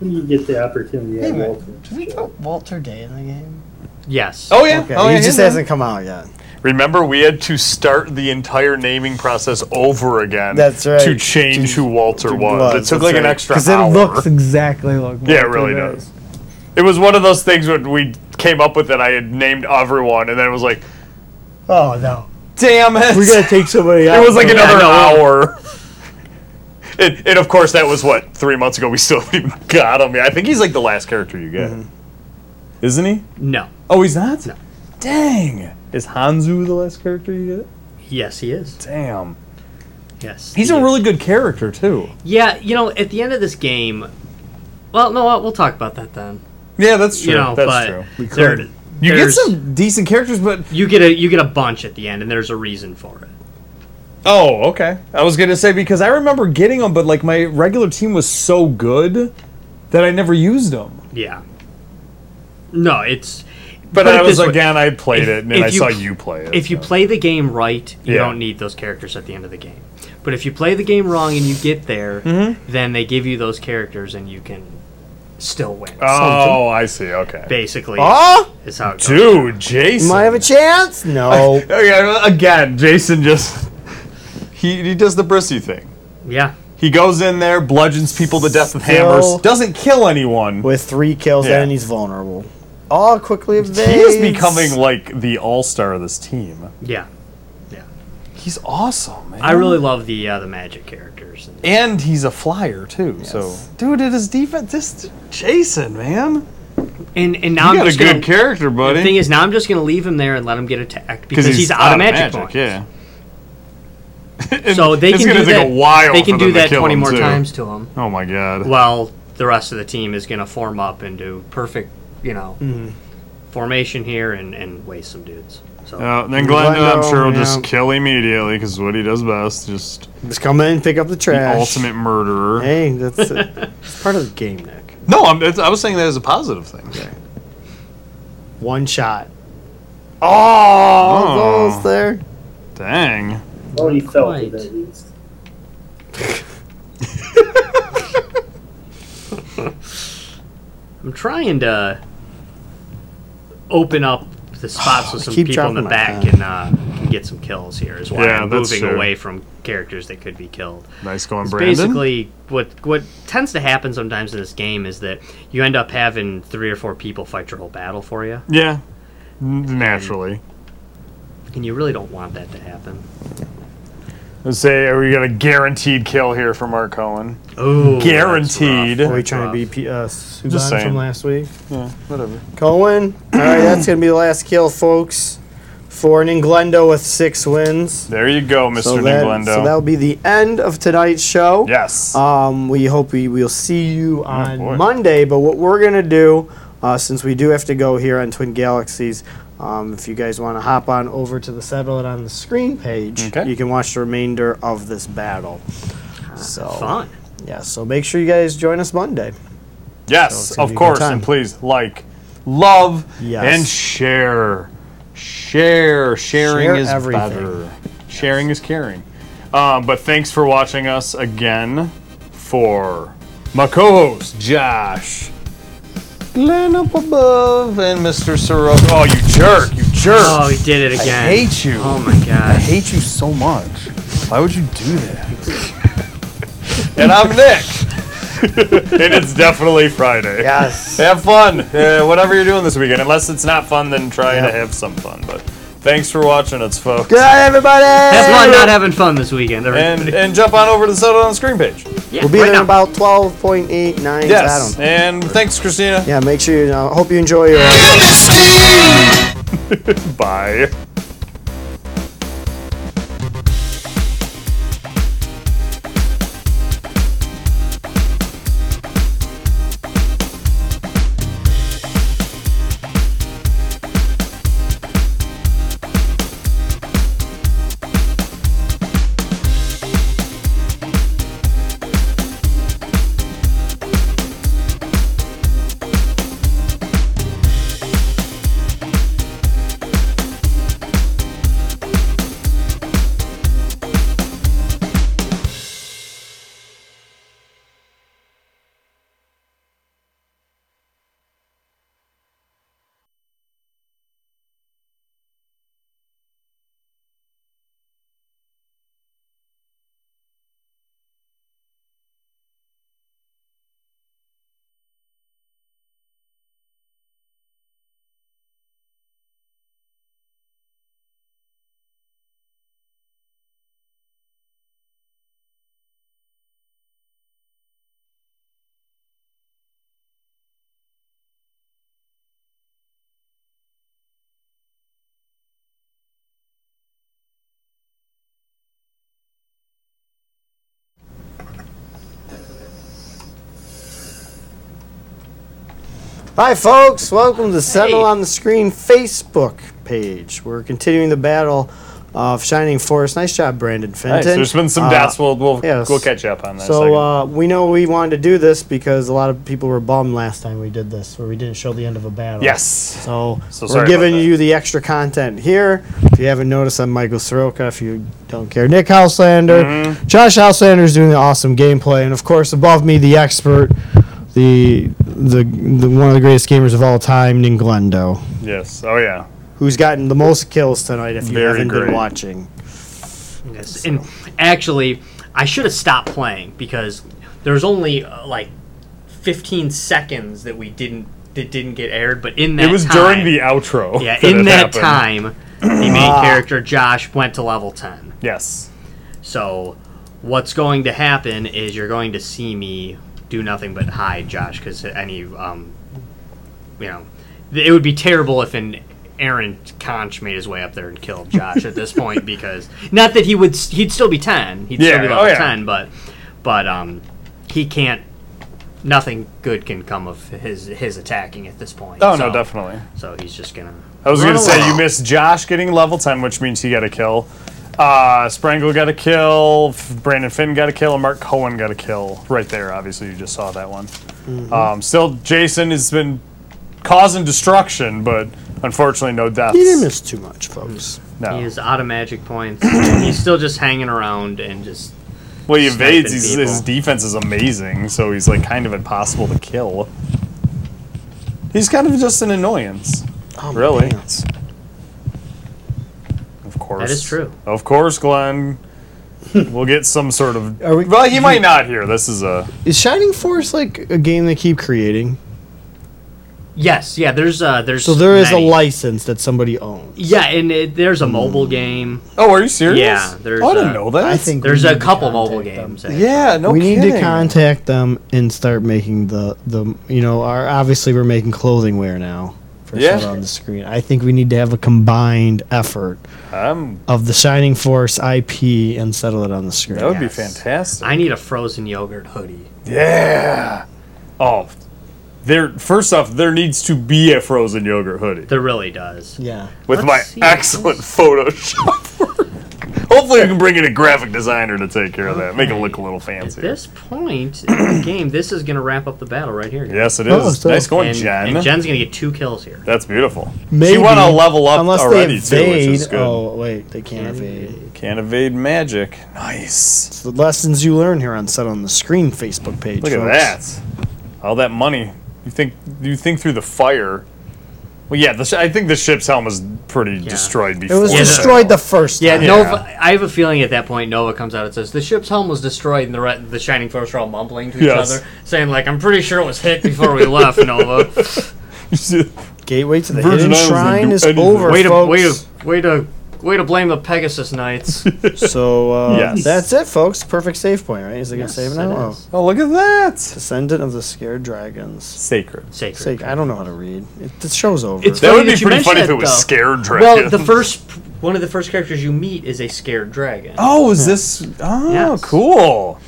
Speaker 8: when you get the opportunity, I
Speaker 4: Hey, man.
Speaker 8: will. Sure.
Speaker 4: Walter Day in the game?
Speaker 1: Yes.
Speaker 2: Oh yeah,
Speaker 4: Okay,
Speaker 2: oh,
Speaker 4: he
Speaker 2: yeah,
Speaker 4: just
Speaker 2: yeah.
Speaker 4: hasn't come out yet.
Speaker 2: Remember, we had to start the entire naming process over again.
Speaker 4: That's right.
Speaker 2: To change who Walter was, it took like an extra
Speaker 9: Because
Speaker 2: hour.
Speaker 9: it looks exactly like
Speaker 2: Yeah, it really does. It was one of those things when we came up with it. I had named everyone, and then it was like,
Speaker 4: Oh no,
Speaker 2: damn it.
Speaker 4: we're gonna take somebody out.
Speaker 2: It was like another hour. And, and of course, that was what three months ago. We still haven't even got him. I think he's like the last character you get, isn't he?
Speaker 1: No.
Speaker 2: Oh, he's not. Mm-hmm. Dang. Is Hanzu the last character you get?
Speaker 1: Yes, he is.
Speaker 2: Damn.
Speaker 1: Yes.
Speaker 2: He's
Speaker 1: he
Speaker 2: a
Speaker 1: is.
Speaker 2: really good character too.
Speaker 1: Yeah, you know, at the end of this game. Well, no, uh, we'll talk about that then.
Speaker 2: Yeah, that's true.
Speaker 1: You know,
Speaker 2: that's
Speaker 1: but
Speaker 2: true.
Speaker 1: there-
Speaker 2: You get
Speaker 1: there's-
Speaker 2: some decent characters, but
Speaker 1: You get a you get a bunch at the end, and there's a reason for it.
Speaker 2: oh, okay. I was gonna say because I remember getting them, but like my regular team was so good that I never used them.
Speaker 1: Yeah. No, it's
Speaker 2: But
Speaker 1: Put it
Speaker 2: I was
Speaker 1: this way,
Speaker 2: again, I played
Speaker 1: if-
Speaker 2: it, and
Speaker 1: if
Speaker 2: then I
Speaker 1: you-
Speaker 2: saw you play it.
Speaker 1: if you
Speaker 2: so.
Speaker 1: play the game right, you
Speaker 2: Yeah.
Speaker 1: don't need those characters at the end of the game. But if you play the game wrong and you get there,
Speaker 2: Mm-hmm.
Speaker 1: then they give you those characters, and you can still win.
Speaker 2: oh, I see. Okay.
Speaker 1: Basically,
Speaker 2: Oh,
Speaker 1: is how it goes.
Speaker 2: dude, Jason.
Speaker 4: Might have a chance. No.
Speaker 2: Okay, again, Jason just he he does the brissy thing.
Speaker 1: Yeah.
Speaker 2: He goes in there, bludgeons people to death with
Speaker 4: Still-
Speaker 2: hammers, doesn't kill anyone.
Speaker 4: With three kills
Speaker 2: Yeah.
Speaker 4: and he's vulnerable. All quickly evades.
Speaker 2: He is becoming like the all star of this team.
Speaker 1: Yeah.
Speaker 2: He's awesome, man.
Speaker 1: I really love the uh, the magic characters. And
Speaker 2: and he's a flyer too. So, dude, it is defense. This Jason, man,
Speaker 1: and, and now I'm just gonna,
Speaker 2: character,
Speaker 1: The thing is, now I'm just going to leave him there and let him get attacked because he's,
Speaker 2: he's
Speaker 1: out of magic, points. So they
Speaker 2: it's
Speaker 1: can
Speaker 2: gonna
Speaker 1: do
Speaker 2: take
Speaker 1: that.
Speaker 2: a while
Speaker 1: they can
Speaker 2: for
Speaker 1: do
Speaker 2: them to
Speaker 1: that
Speaker 2: kill
Speaker 1: 20
Speaker 2: him,
Speaker 1: more
Speaker 2: too.
Speaker 1: times to him.
Speaker 2: Oh my god.
Speaker 1: While the rest of the team is going to form up and do perfect, you know,
Speaker 4: Mm-hmm.
Speaker 1: formation here and, and waste some dudes. So
Speaker 3: Uh, then Glenda,
Speaker 2: oh,
Speaker 3: I'm
Speaker 4: Glendo,
Speaker 3: sure, will
Speaker 4: yeah.
Speaker 3: just kill immediately because what he does best, just
Speaker 4: Just come in, pick up the trash.
Speaker 3: ultimate murderer.
Speaker 4: Hey, that's it. it's part of the game, Nick.
Speaker 2: No, I'm, it's, I was saying that as a positive thing.
Speaker 4: One shot.
Speaker 2: Oh,
Speaker 4: Almost there.
Speaker 3: Dang.
Speaker 8: Only Oh, felt it
Speaker 1: quite.
Speaker 8: at least.
Speaker 1: I'm trying to open up the spots with some
Speaker 4: keep
Speaker 1: people in the
Speaker 4: dropping my
Speaker 1: back
Speaker 4: pen.
Speaker 1: and uh, can get some kills here is why
Speaker 2: Yeah,
Speaker 1: I'm
Speaker 2: that's
Speaker 1: moving
Speaker 2: fair.
Speaker 1: away from characters that could be killed.
Speaker 2: Nice going,
Speaker 1: It's
Speaker 2: Brandon.
Speaker 1: basically what what tends to happen sometimes in this game is that you end up having three or four people fight your whole battle for you,
Speaker 2: yeah, N- naturally.
Speaker 1: and you really don't want that to happen.
Speaker 2: Let's say, are we got a guaranteed kill here for Mark Cohen?
Speaker 1: Oh, that's
Speaker 2: guaranteed.
Speaker 4: Are we trying to be uh,
Speaker 2: Just
Speaker 4: Subban
Speaker 2: saying.
Speaker 4: from last week?
Speaker 2: Yeah, whatever.
Speaker 4: Cohen. All right, that's going to be the last kill, folks, for an Inglendo with six wins.
Speaker 2: There you go, Mr.
Speaker 4: So, that,
Speaker 2: Ninglendo.
Speaker 4: so that'll be the end of tonight's show.
Speaker 2: yes.
Speaker 4: Um, we hope we will see you on
Speaker 2: boy.
Speaker 4: Monday. But what we're gonna do, uh, since we do have to go here on Twin Galaxies, um, if you guys want to hop on over to the Settle It on the Screen page,
Speaker 2: Okay.
Speaker 4: you can watch the remainder of this battle. So
Speaker 1: fun.
Speaker 4: yeah, so make sure you guys join us Monday.
Speaker 2: yes,
Speaker 4: gonna be
Speaker 2: of
Speaker 4: a good
Speaker 2: course.
Speaker 4: time.
Speaker 2: And please like, love,
Speaker 4: Yes.
Speaker 2: and share. Share. Sharing
Speaker 4: Share
Speaker 2: is
Speaker 4: everything.
Speaker 2: better. Sharing is caring. Um, but thanks for watching us again for my co host, Josh. Glenn up above and Mr. Soroka. Oh, you jerk. You jerk.
Speaker 4: Uh,
Speaker 1: Oh, he did it again.
Speaker 2: I hate you.
Speaker 1: Oh my
Speaker 2: I
Speaker 1: god.
Speaker 2: hate you so much. Why would you do that? and I'm Nick. and it's definitely Friday.
Speaker 4: Yes.
Speaker 2: Have fun. Uh, whatever you're doing this weekend. Unless it's not fun, then try to have some fun. But thanks for watching us, folks.
Speaker 4: Good night, everybody.
Speaker 1: Have fun not having fun this weekend.
Speaker 2: And
Speaker 1: everybody.
Speaker 2: and jump on over to the Settle on the Screen page.
Speaker 1: Yeah,
Speaker 4: We'll be
Speaker 1: right
Speaker 4: there in
Speaker 1: now.
Speaker 4: about twelve point eight nine.
Speaker 2: Yes. And thanks, Christina.
Speaker 4: Yeah, make sure you. Uh, hope you enjoy your.
Speaker 2: Bye.
Speaker 4: Hi, folks. Welcome to Settle on the Screen Facebook page. We're continuing the battle of Shining Force. Nice job, Brandon Fenton.
Speaker 2: Nice. There's been some
Speaker 4: Uh,
Speaker 2: deaths. We'll, we'll,
Speaker 4: yes.
Speaker 2: we'll catch up on that. in a
Speaker 4: So
Speaker 2: second.
Speaker 4: uh, we know we wanted to do this because a lot of people were bummed last time we did this, where we didn't show the end of a battle.
Speaker 2: yes.
Speaker 4: So,
Speaker 2: So sorry
Speaker 4: we're
Speaker 2: about
Speaker 4: giving
Speaker 2: that.
Speaker 4: you the extra content here. If you haven't noticed, I'm Michael Soroka. If you don't care, Nick Houselander,
Speaker 2: Mm-hmm.
Speaker 4: Josh Houselander is doing the awesome gameplay, and of course, above me, the expert, the the, the one of the greatest gamers of all time, Ninglendo,
Speaker 2: Yes. Oh, yeah.
Speaker 4: who's gotten the most kills tonight. If you
Speaker 2: Very
Speaker 4: haven't
Speaker 2: great.
Speaker 4: been watching,
Speaker 1: Yes, and actually, I should have stopped playing because there's only uh, like 15 seconds that we didn't that didn't get aired. But in that
Speaker 2: It was
Speaker 1: time-
Speaker 2: during the outro.
Speaker 1: yeah,
Speaker 2: it
Speaker 1: in that
Speaker 2: happened.
Speaker 1: time, the main
Speaker 4: Ah.
Speaker 1: character Josh went to level 10.
Speaker 2: Yes.
Speaker 1: So, what's going to happen is you're going to see me do nothing but hide Josh because any, um, you know, th- it would be terrible if an Aaron Conch made his way up there and killed Josh at this point because not that he would s- he'd still be ten he'd still
Speaker 2: Yeah,
Speaker 1: be
Speaker 2: oh
Speaker 1: level
Speaker 2: yeah.
Speaker 1: ten but but um he can't nothing good can come of his his attacking at this point
Speaker 2: Oh,
Speaker 1: So-
Speaker 2: no, definitely.
Speaker 1: so he's just gonna
Speaker 2: I was
Speaker 1: run
Speaker 2: going to say
Speaker 1: away.
Speaker 2: you missed Josh getting level 10, which means he got a kill. Uh, Sprangle got a kill. F- Brandon Finn got a kill. And Mark Cohen got a kill right there. Obviously, you just saw that one.
Speaker 4: Mm-hmm.
Speaker 2: Um, still, Jason has been causing destruction, but unfortunately, no deaths.
Speaker 4: you didn't miss too much, folks.
Speaker 1: He
Speaker 2: No.
Speaker 1: is out of magic points. he's still just hanging around and just.
Speaker 2: Well, he evades.
Speaker 1: sniping
Speaker 2: He's, his
Speaker 1: people.
Speaker 2: defense is amazing, so he's like kind of impossible to kill. He's kind of just an annoyance.
Speaker 4: Oh,
Speaker 2: Mm. really? Of course.
Speaker 1: That is true.
Speaker 2: Of course, Glenn. we'll get some sort of.
Speaker 4: Are we-
Speaker 2: well, he might not here. This is a.
Speaker 4: Is Shining Force like a game they keep creating?
Speaker 1: Yes, yeah. There's uh, there's
Speaker 4: So there is a
Speaker 1: many.
Speaker 4: license that somebody owns.
Speaker 1: Yeah, and it, there's a mobile game.
Speaker 2: Oh, are you serious?
Speaker 1: Yeah, there's.
Speaker 2: I didn't
Speaker 1: a-
Speaker 2: know that.
Speaker 4: I think
Speaker 1: There's
Speaker 4: we
Speaker 1: a
Speaker 4: need to
Speaker 1: couple mobile games. actually.
Speaker 2: Yeah, no
Speaker 4: we
Speaker 2: kidding.
Speaker 4: need to contact them and start making the the you know our obviously we're making clothing wear now for
Speaker 2: Yeah.
Speaker 4: yeah. on the screen. I think we need to have a combined effort
Speaker 2: Um,
Speaker 4: of the Shining Force IP and settle it on the screen.
Speaker 2: that would be
Speaker 1: Yes.
Speaker 2: fantastic.
Speaker 1: I need a frozen yogurt hoodie.
Speaker 2: yeah. Oh, there. First off, there needs to be a frozen yogurt hoodie
Speaker 1: There really does.
Speaker 4: Yeah.
Speaker 2: with
Speaker 1: Let's
Speaker 2: my
Speaker 1: see.
Speaker 2: excellent Photoshop work. Hopefully, we can bring in a graphic designer to take care of that. Make it look a little
Speaker 1: At
Speaker 2: fancier.
Speaker 1: this point in the game, this is going to wrap up the battle right here.
Speaker 2: Yes, it is.
Speaker 4: Oh, so-
Speaker 2: nice going,
Speaker 1: And,
Speaker 2: Jen.
Speaker 1: and Jen's going to get two kills here.
Speaker 2: That's beautiful.
Speaker 4: Maybe,
Speaker 2: she went to level up
Speaker 4: Unless
Speaker 2: already
Speaker 4: they evade.
Speaker 2: too, which is good.
Speaker 4: Oh wait, they can't evade.
Speaker 2: Can't evade magic. Nice.
Speaker 4: It's the lessons you learn here on set on the screen Facebook page.
Speaker 2: Look
Speaker 4: folks.
Speaker 2: at that. All that money. You think you think through the fire. Well, yeah, the sh- I think the ship's helm was pretty destroyed
Speaker 4: It
Speaker 2: before.
Speaker 4: was
Speaker 1: Yeah, the-
Speaker 4: destroyed the first.
Speaker 1: Yeah,
Speaker 4: time.
Speaker 1: Nova. I have a feeling at that point Nova comes out and says the ship's helm was destroyed, and the re- the Shining Force are all mumbling to each
Speaker 2: Yes.
Speaker 1: other, saying like, "I'm pretty sure it was hit before we left." Nova,
Speaker 4: Gateway to
Speaker 2: Virgin
Speaker 4: the Hidden
Speaker 2: Islands didn't
Speaker 4: Shrine
Speaker 2: do
Speaker 4: is
Speaker 2: anything.
Speaker 4: over,
Speaker 1: way to
Speaker 4: folks.
Speaker 1: way to way to way to blame the Pegasus Knights.
Speaker 4: So uh,
Speaker 2: Yes.
Speaker 4: that's it, folks. Perfect save point, right? Is it gonna save now? Oh.
Speaker 2: oh, look at that.
Speaker 4: Descendant of the Scared Dragons.
Speaker 2: Sacred.
Speaker 1: Sacred.
Speaker 4: Sake, I don't know how to read. It, the show's over.
Speaker 1: It's
Speaker 2: That
Speaker 1: funny
Speaker 2: would be
Speaker 1: that you
Speaker 2: pretty funny
Speaker 1: mention
Speaker 2: if
Speaker 1: that,
Speaker 2: it was
Speaker 1: though.
Speaker 2: scared dragon.
Speaker 1: Well, the first one of the first characters you meet is a scared dragon.
Speaker 2: Oh, is this? Oh,
Speaker 1: Yes.
Speaker 2: cool.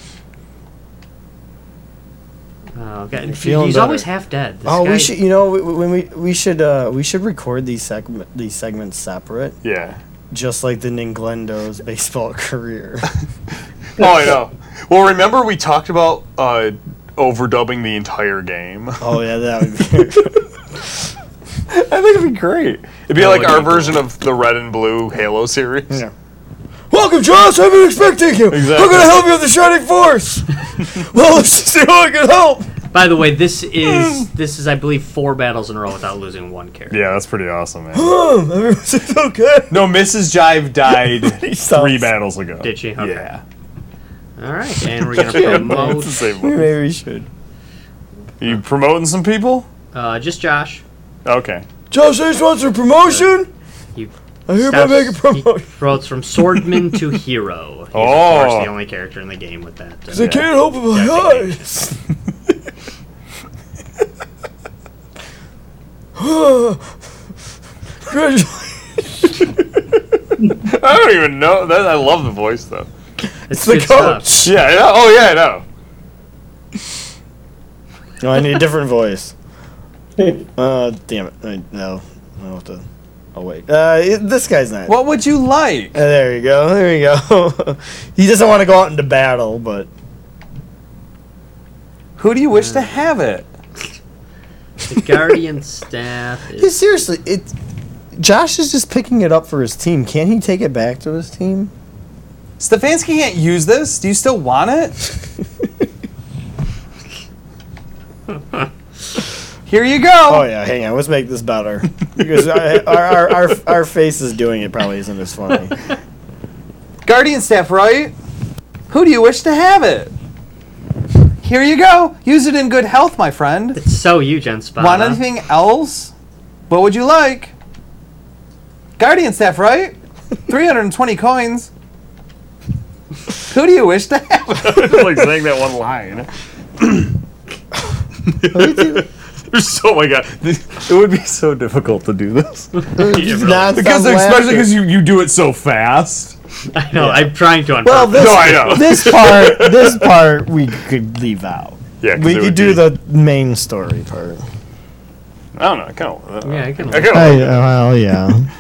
Speaker 1: Oh, okay. He's
Speaker 4: feeling better.
Speaker 1: always half dead. This
Speaker 4: oh,
Speaker 1: guy-
Speaker 4: we should. You know, we- when we we should uh, we should record these segment these segments separate,
Speaker 2: Yeah.
Speaker 4: just like the Ninglendo's baseball career.
Speaker 2: Oh, I know. Well, remember we talked about uh, overdubbing the entire game.
Speaker 4: oh yeah, that would be.
Speaker 2: I think it'd be great. It'd be like
Speaker 1: would
Speaker 2: our
Speaker 1: be cool.
Speaker 2: version of the red and blue Halo series.
Speaker 4: Yeah. Welcome, Josh. I've been expecting you.
Speaker 2: Exactly.
Speaker 4: I'm gonna help you with the Shining Force. well, let's see how I can help.
Speaker 1: By the way, this is
Speaker 4: Hmm.
Speaker 1: this is I believe four battles in a row without losing one character.
Speaker 2: Yeah, that's pretty awesome, man.
Speaker 4: Um, everyone's like, okay.
Speaker 2: no, Mrs. Jive died
Speaker 4: sucks.
Speaker 2: three battles ago.
Speaker 1: Did she? Okay.
Speaker 2: Yeah.
Speaker 1: All right, and we're gonna
Speaker 2: Yeah, it's the
Speaker 1: promote
Speaker 2: same one.
Speaker 4: Maybe we should.
Speaker 2: You promoting some people?
Speaker 1: uh, just Josh.
Speaker 2: Okay.
Speaker 4: Josh H wants a promotion.
Speaker 1: You
Speaker 4: I hereby
Speaker 1: Stops-
Speaker 4: make a
Speaker 1: he
Speaker 4: promotion.
Speaker 1: promotes from swordsman to hero. He's
Speaker 2: Oh.
Speaker 1: of course the only character in the game with that. uh,
Speaker 4: I can't help it, my eyes. Congratulations.
Speaker 2: I don't even know. That, I love the voice though.
Speaker 1: it's
Speaker 4: the
Speaker 1: good stuff.
Speaker 4: coach.
Speaker 2: Yeah. I know. Oh yeah. I know.
Speaker 4: No, I need a different voice. Uh, damn it. I, no. I don't have to. Oh, wait. Uh, it- this guy's not.
Speaker 2: What would you like?
Speaker 4: Uh, there you go. There you go. he doesn't want to go out into battle, but.
Speaker 2: Who do you wish to have it?
Speaker 1: The guardian staff
Speaker 4: Yeah,
Speaker 1: is
Speaker 4: seriously, it. Josh is just picking it up for his team. Can't he take it back to his team?
Speaker 2: Stefanski can't use this. Do you still want it? Here you
Speaker 4: Oh
Speaker 2: go.
Speaker 4: yeah, hang on. Let's make this better because our, our, our, our faces doing it probably isn't as funny.
Speaker 2: Guardian staff, right? Who do you wish to have it? Here you go. Use it in good health, my friend.
Speaker 1: it's so you, Jen Spot.
Speaker 2: Want anything else? What would you like? Guardian staff, right? 320 coins. Who do you wish to have? like saying that one line. oh my god, it would be so difficult to do this because especially because you, you do it so fast.
Speaker 1: I know. I'm trying to.
Speaker 4: well,
Speaker 1: unpack
Speaker 4: this,
Speaker 2: No, I know.
Speaker 4: this part this part we could leave out.
Speaker 2: Yeah, 'cause
Speaker 4: we
Speaker 2: it
Speaker 4: could
Speaker 2: would
Speaker 4: do
Speaker 2: be-
Speaker 4: the main story part.
Speaker 2: I don't know. I kind of.
Speaker 1: Yeah, I can.
Speaker 4: I, uh, well, yeah.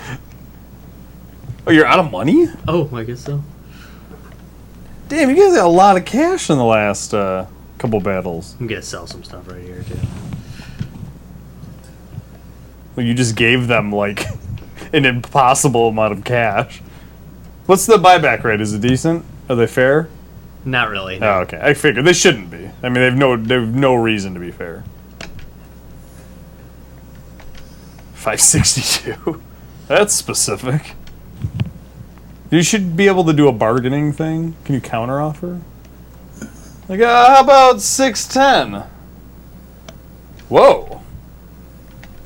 Speaker 2: oh, you're out of money.
Speaker 1: Oh, I guess so.
Speaker 2: Damn, you guys got a lot of cash in the last uh, couple battles.
Speaker 1: I'm gonna sell some stuff right here too.
Speaker 2: Well, you just gave them like an impossible amount of cash. What's the buyback rate? Is it decent? Are they fair?
Speaker 1: Not really.
Speaker 2: Oh, okay. I figured they shouldn't be. I mean, they've no they've no reason to be fair. 562. That's specific. You should be able to do a bargaining thing. Can you counteroffer? Like, uh, how about 610? Whoa.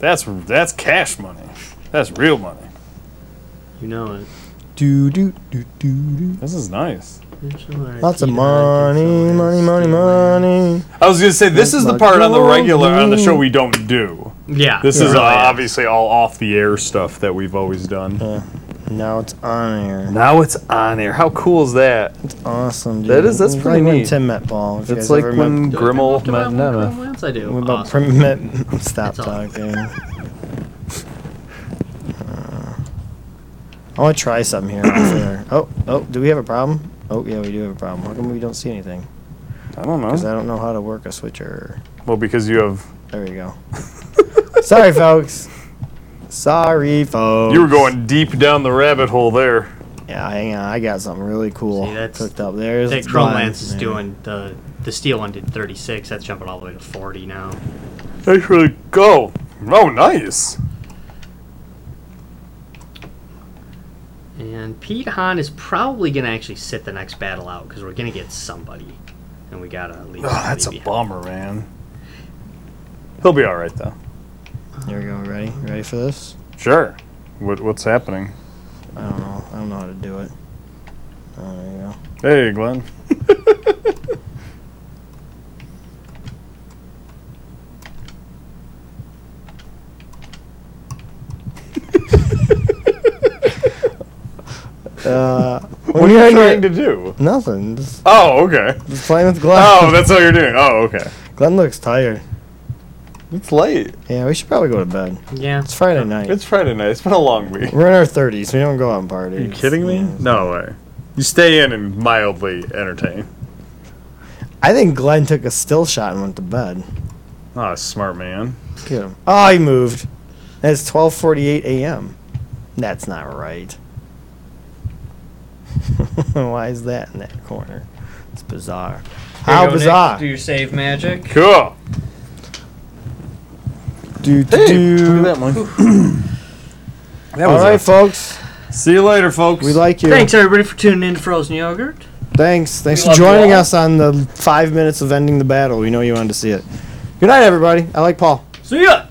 Speaker 2: That's that's cash money. That's real money.
Speaker 4: You know it.
Speaker 2: Do do do do do. This is nice.
Speaker 4: Lots of money, money, money, money.
Speaker 2: I was gonna say this is the part on the regular on the show we don't do.
Speaker 4: Yeah.
Speaker 2: This
Speaker 4: Yeah.
Speaker 2: is uh,
Speaker 4: Really.
Speaker 2: obviously all off the air stuff that we've always done.
Speaker 4: Now it's on air.
Speaker 2: Now it's on air. How cool is that?
Speaker 4: It's awesome, dude.
Speaker 2: That is- that's
Speaker 4: It's
Speaker 2: pretty
Speaker 4: like when
Speaker 2: neat.
Speaker 4: Tim met Ball. if you
Speaker 2: It's
Speaker 4: guys
Speaker 2: like
Speaker 4: ever
Speaker 2: when
Speaker 4: met-
Speaker 2: Grimmel met Nana.
Speaker 1: What else I do?
Speaker 4: What about
Speaker 1: Awesome.
Speaker 4: prim- met- Stop
Speaker 1: That's all.
Speaker 4: talking. Uh, I want to try something here. off air. Oh, oh, do we have a problem? Oh, yeah, we do have a problem. How come we don't see anything?
Speaker 2: I don't
Speaker 4: Because
Speaker 2: know.
Speaker 4: I don't know how to work a switcher.
Speaker 2: Well, because you have
Speaker 4: There we go. Sorry, folks. Sorry, folks.
Speaker 2: you were going deep down the rabbit hole there.
Speaker 4: Yeah, hang on. I got something really cool
Speaker 1: See, that's-
Speaker 4: cooked up. There's
Speaker 1: That
Speaker 4: the
Speaker 1: Chrome
Speaker 4: button.
Speaker 1: Lance is doing the the steel one did 36. That's jumping all the way to 40 now.
Speaker 2: Actually, go. Oh, nice.
Speaker 1: And Pete Hahn is probably gonna actually sit the next battle out because we're gonna get somebody, and we gotta leave.
Speaker 2: Oh,
Speaker 1: somebody
Speaker 2: that's a
Speaker 1: behind.
Speaker 2: bummer, man. He'll be all right though.
Speaker 4: There we go. Ready? Ready for this?
Speaker 2: Sure. What, what's happening?
Speaker 4: I don't know. I don't know how to do it. Oh, there you go.
Speaker 2: Hey, Glenn.
Speaker 4: Uh,
Speaker 2: What are you trying to do?
Speaker 4: Nothing. Just,
Speaker 2: Oh, okay.
Speaker 4: just playing with Glenn.
Speaker 2: Oh, that's all you're doing. Oh, okay.
Speaker 4: Glenn looks tired.
Speaker 2: It's late.
Speaker 4: Yeah, we should probably go to bed.
Speaker 1: Yeah.
Speaker 4: It's Friday night.
Speaker 2: It's Friday night. It's been a long week.
Speaker 4: We're in our thirties. We don't go out and party.
Speaker 2: you kidding me? No way. You stay in and mildly entertain.
Speaker 4: I think Glenn took a still shot and went to bed.
Speaker 2: Ah, smart man.
Speaker 4: Look at him. Oh, he moved. And it's twelve forty-eight a.m. That's not right. Why is that in that corner? It's bizarre. How bizarre.
Speaker 1: Do your save magic.
Speaker 2: Cool.
Speaker 4: Do, do, do.
Speaker 2: That
Speaker 4: All right, folks.
Speaker 2: See you later, folks.
Speaker 4: We like you.
Speaker 1: Thanks everybody for tuning in to Frozen Yogurt.
Speaker 4: Thanks. Thanks
Speaker 1: We
Speaker 4: for
Speaker 1: love you
Speaker 4: joining
Speaker 1: all.
Speaker 4: us on the five minutes of ending the battle. We know you wanted to see it. Good night, everybody. I like Paul.
Speaker 1: See ya.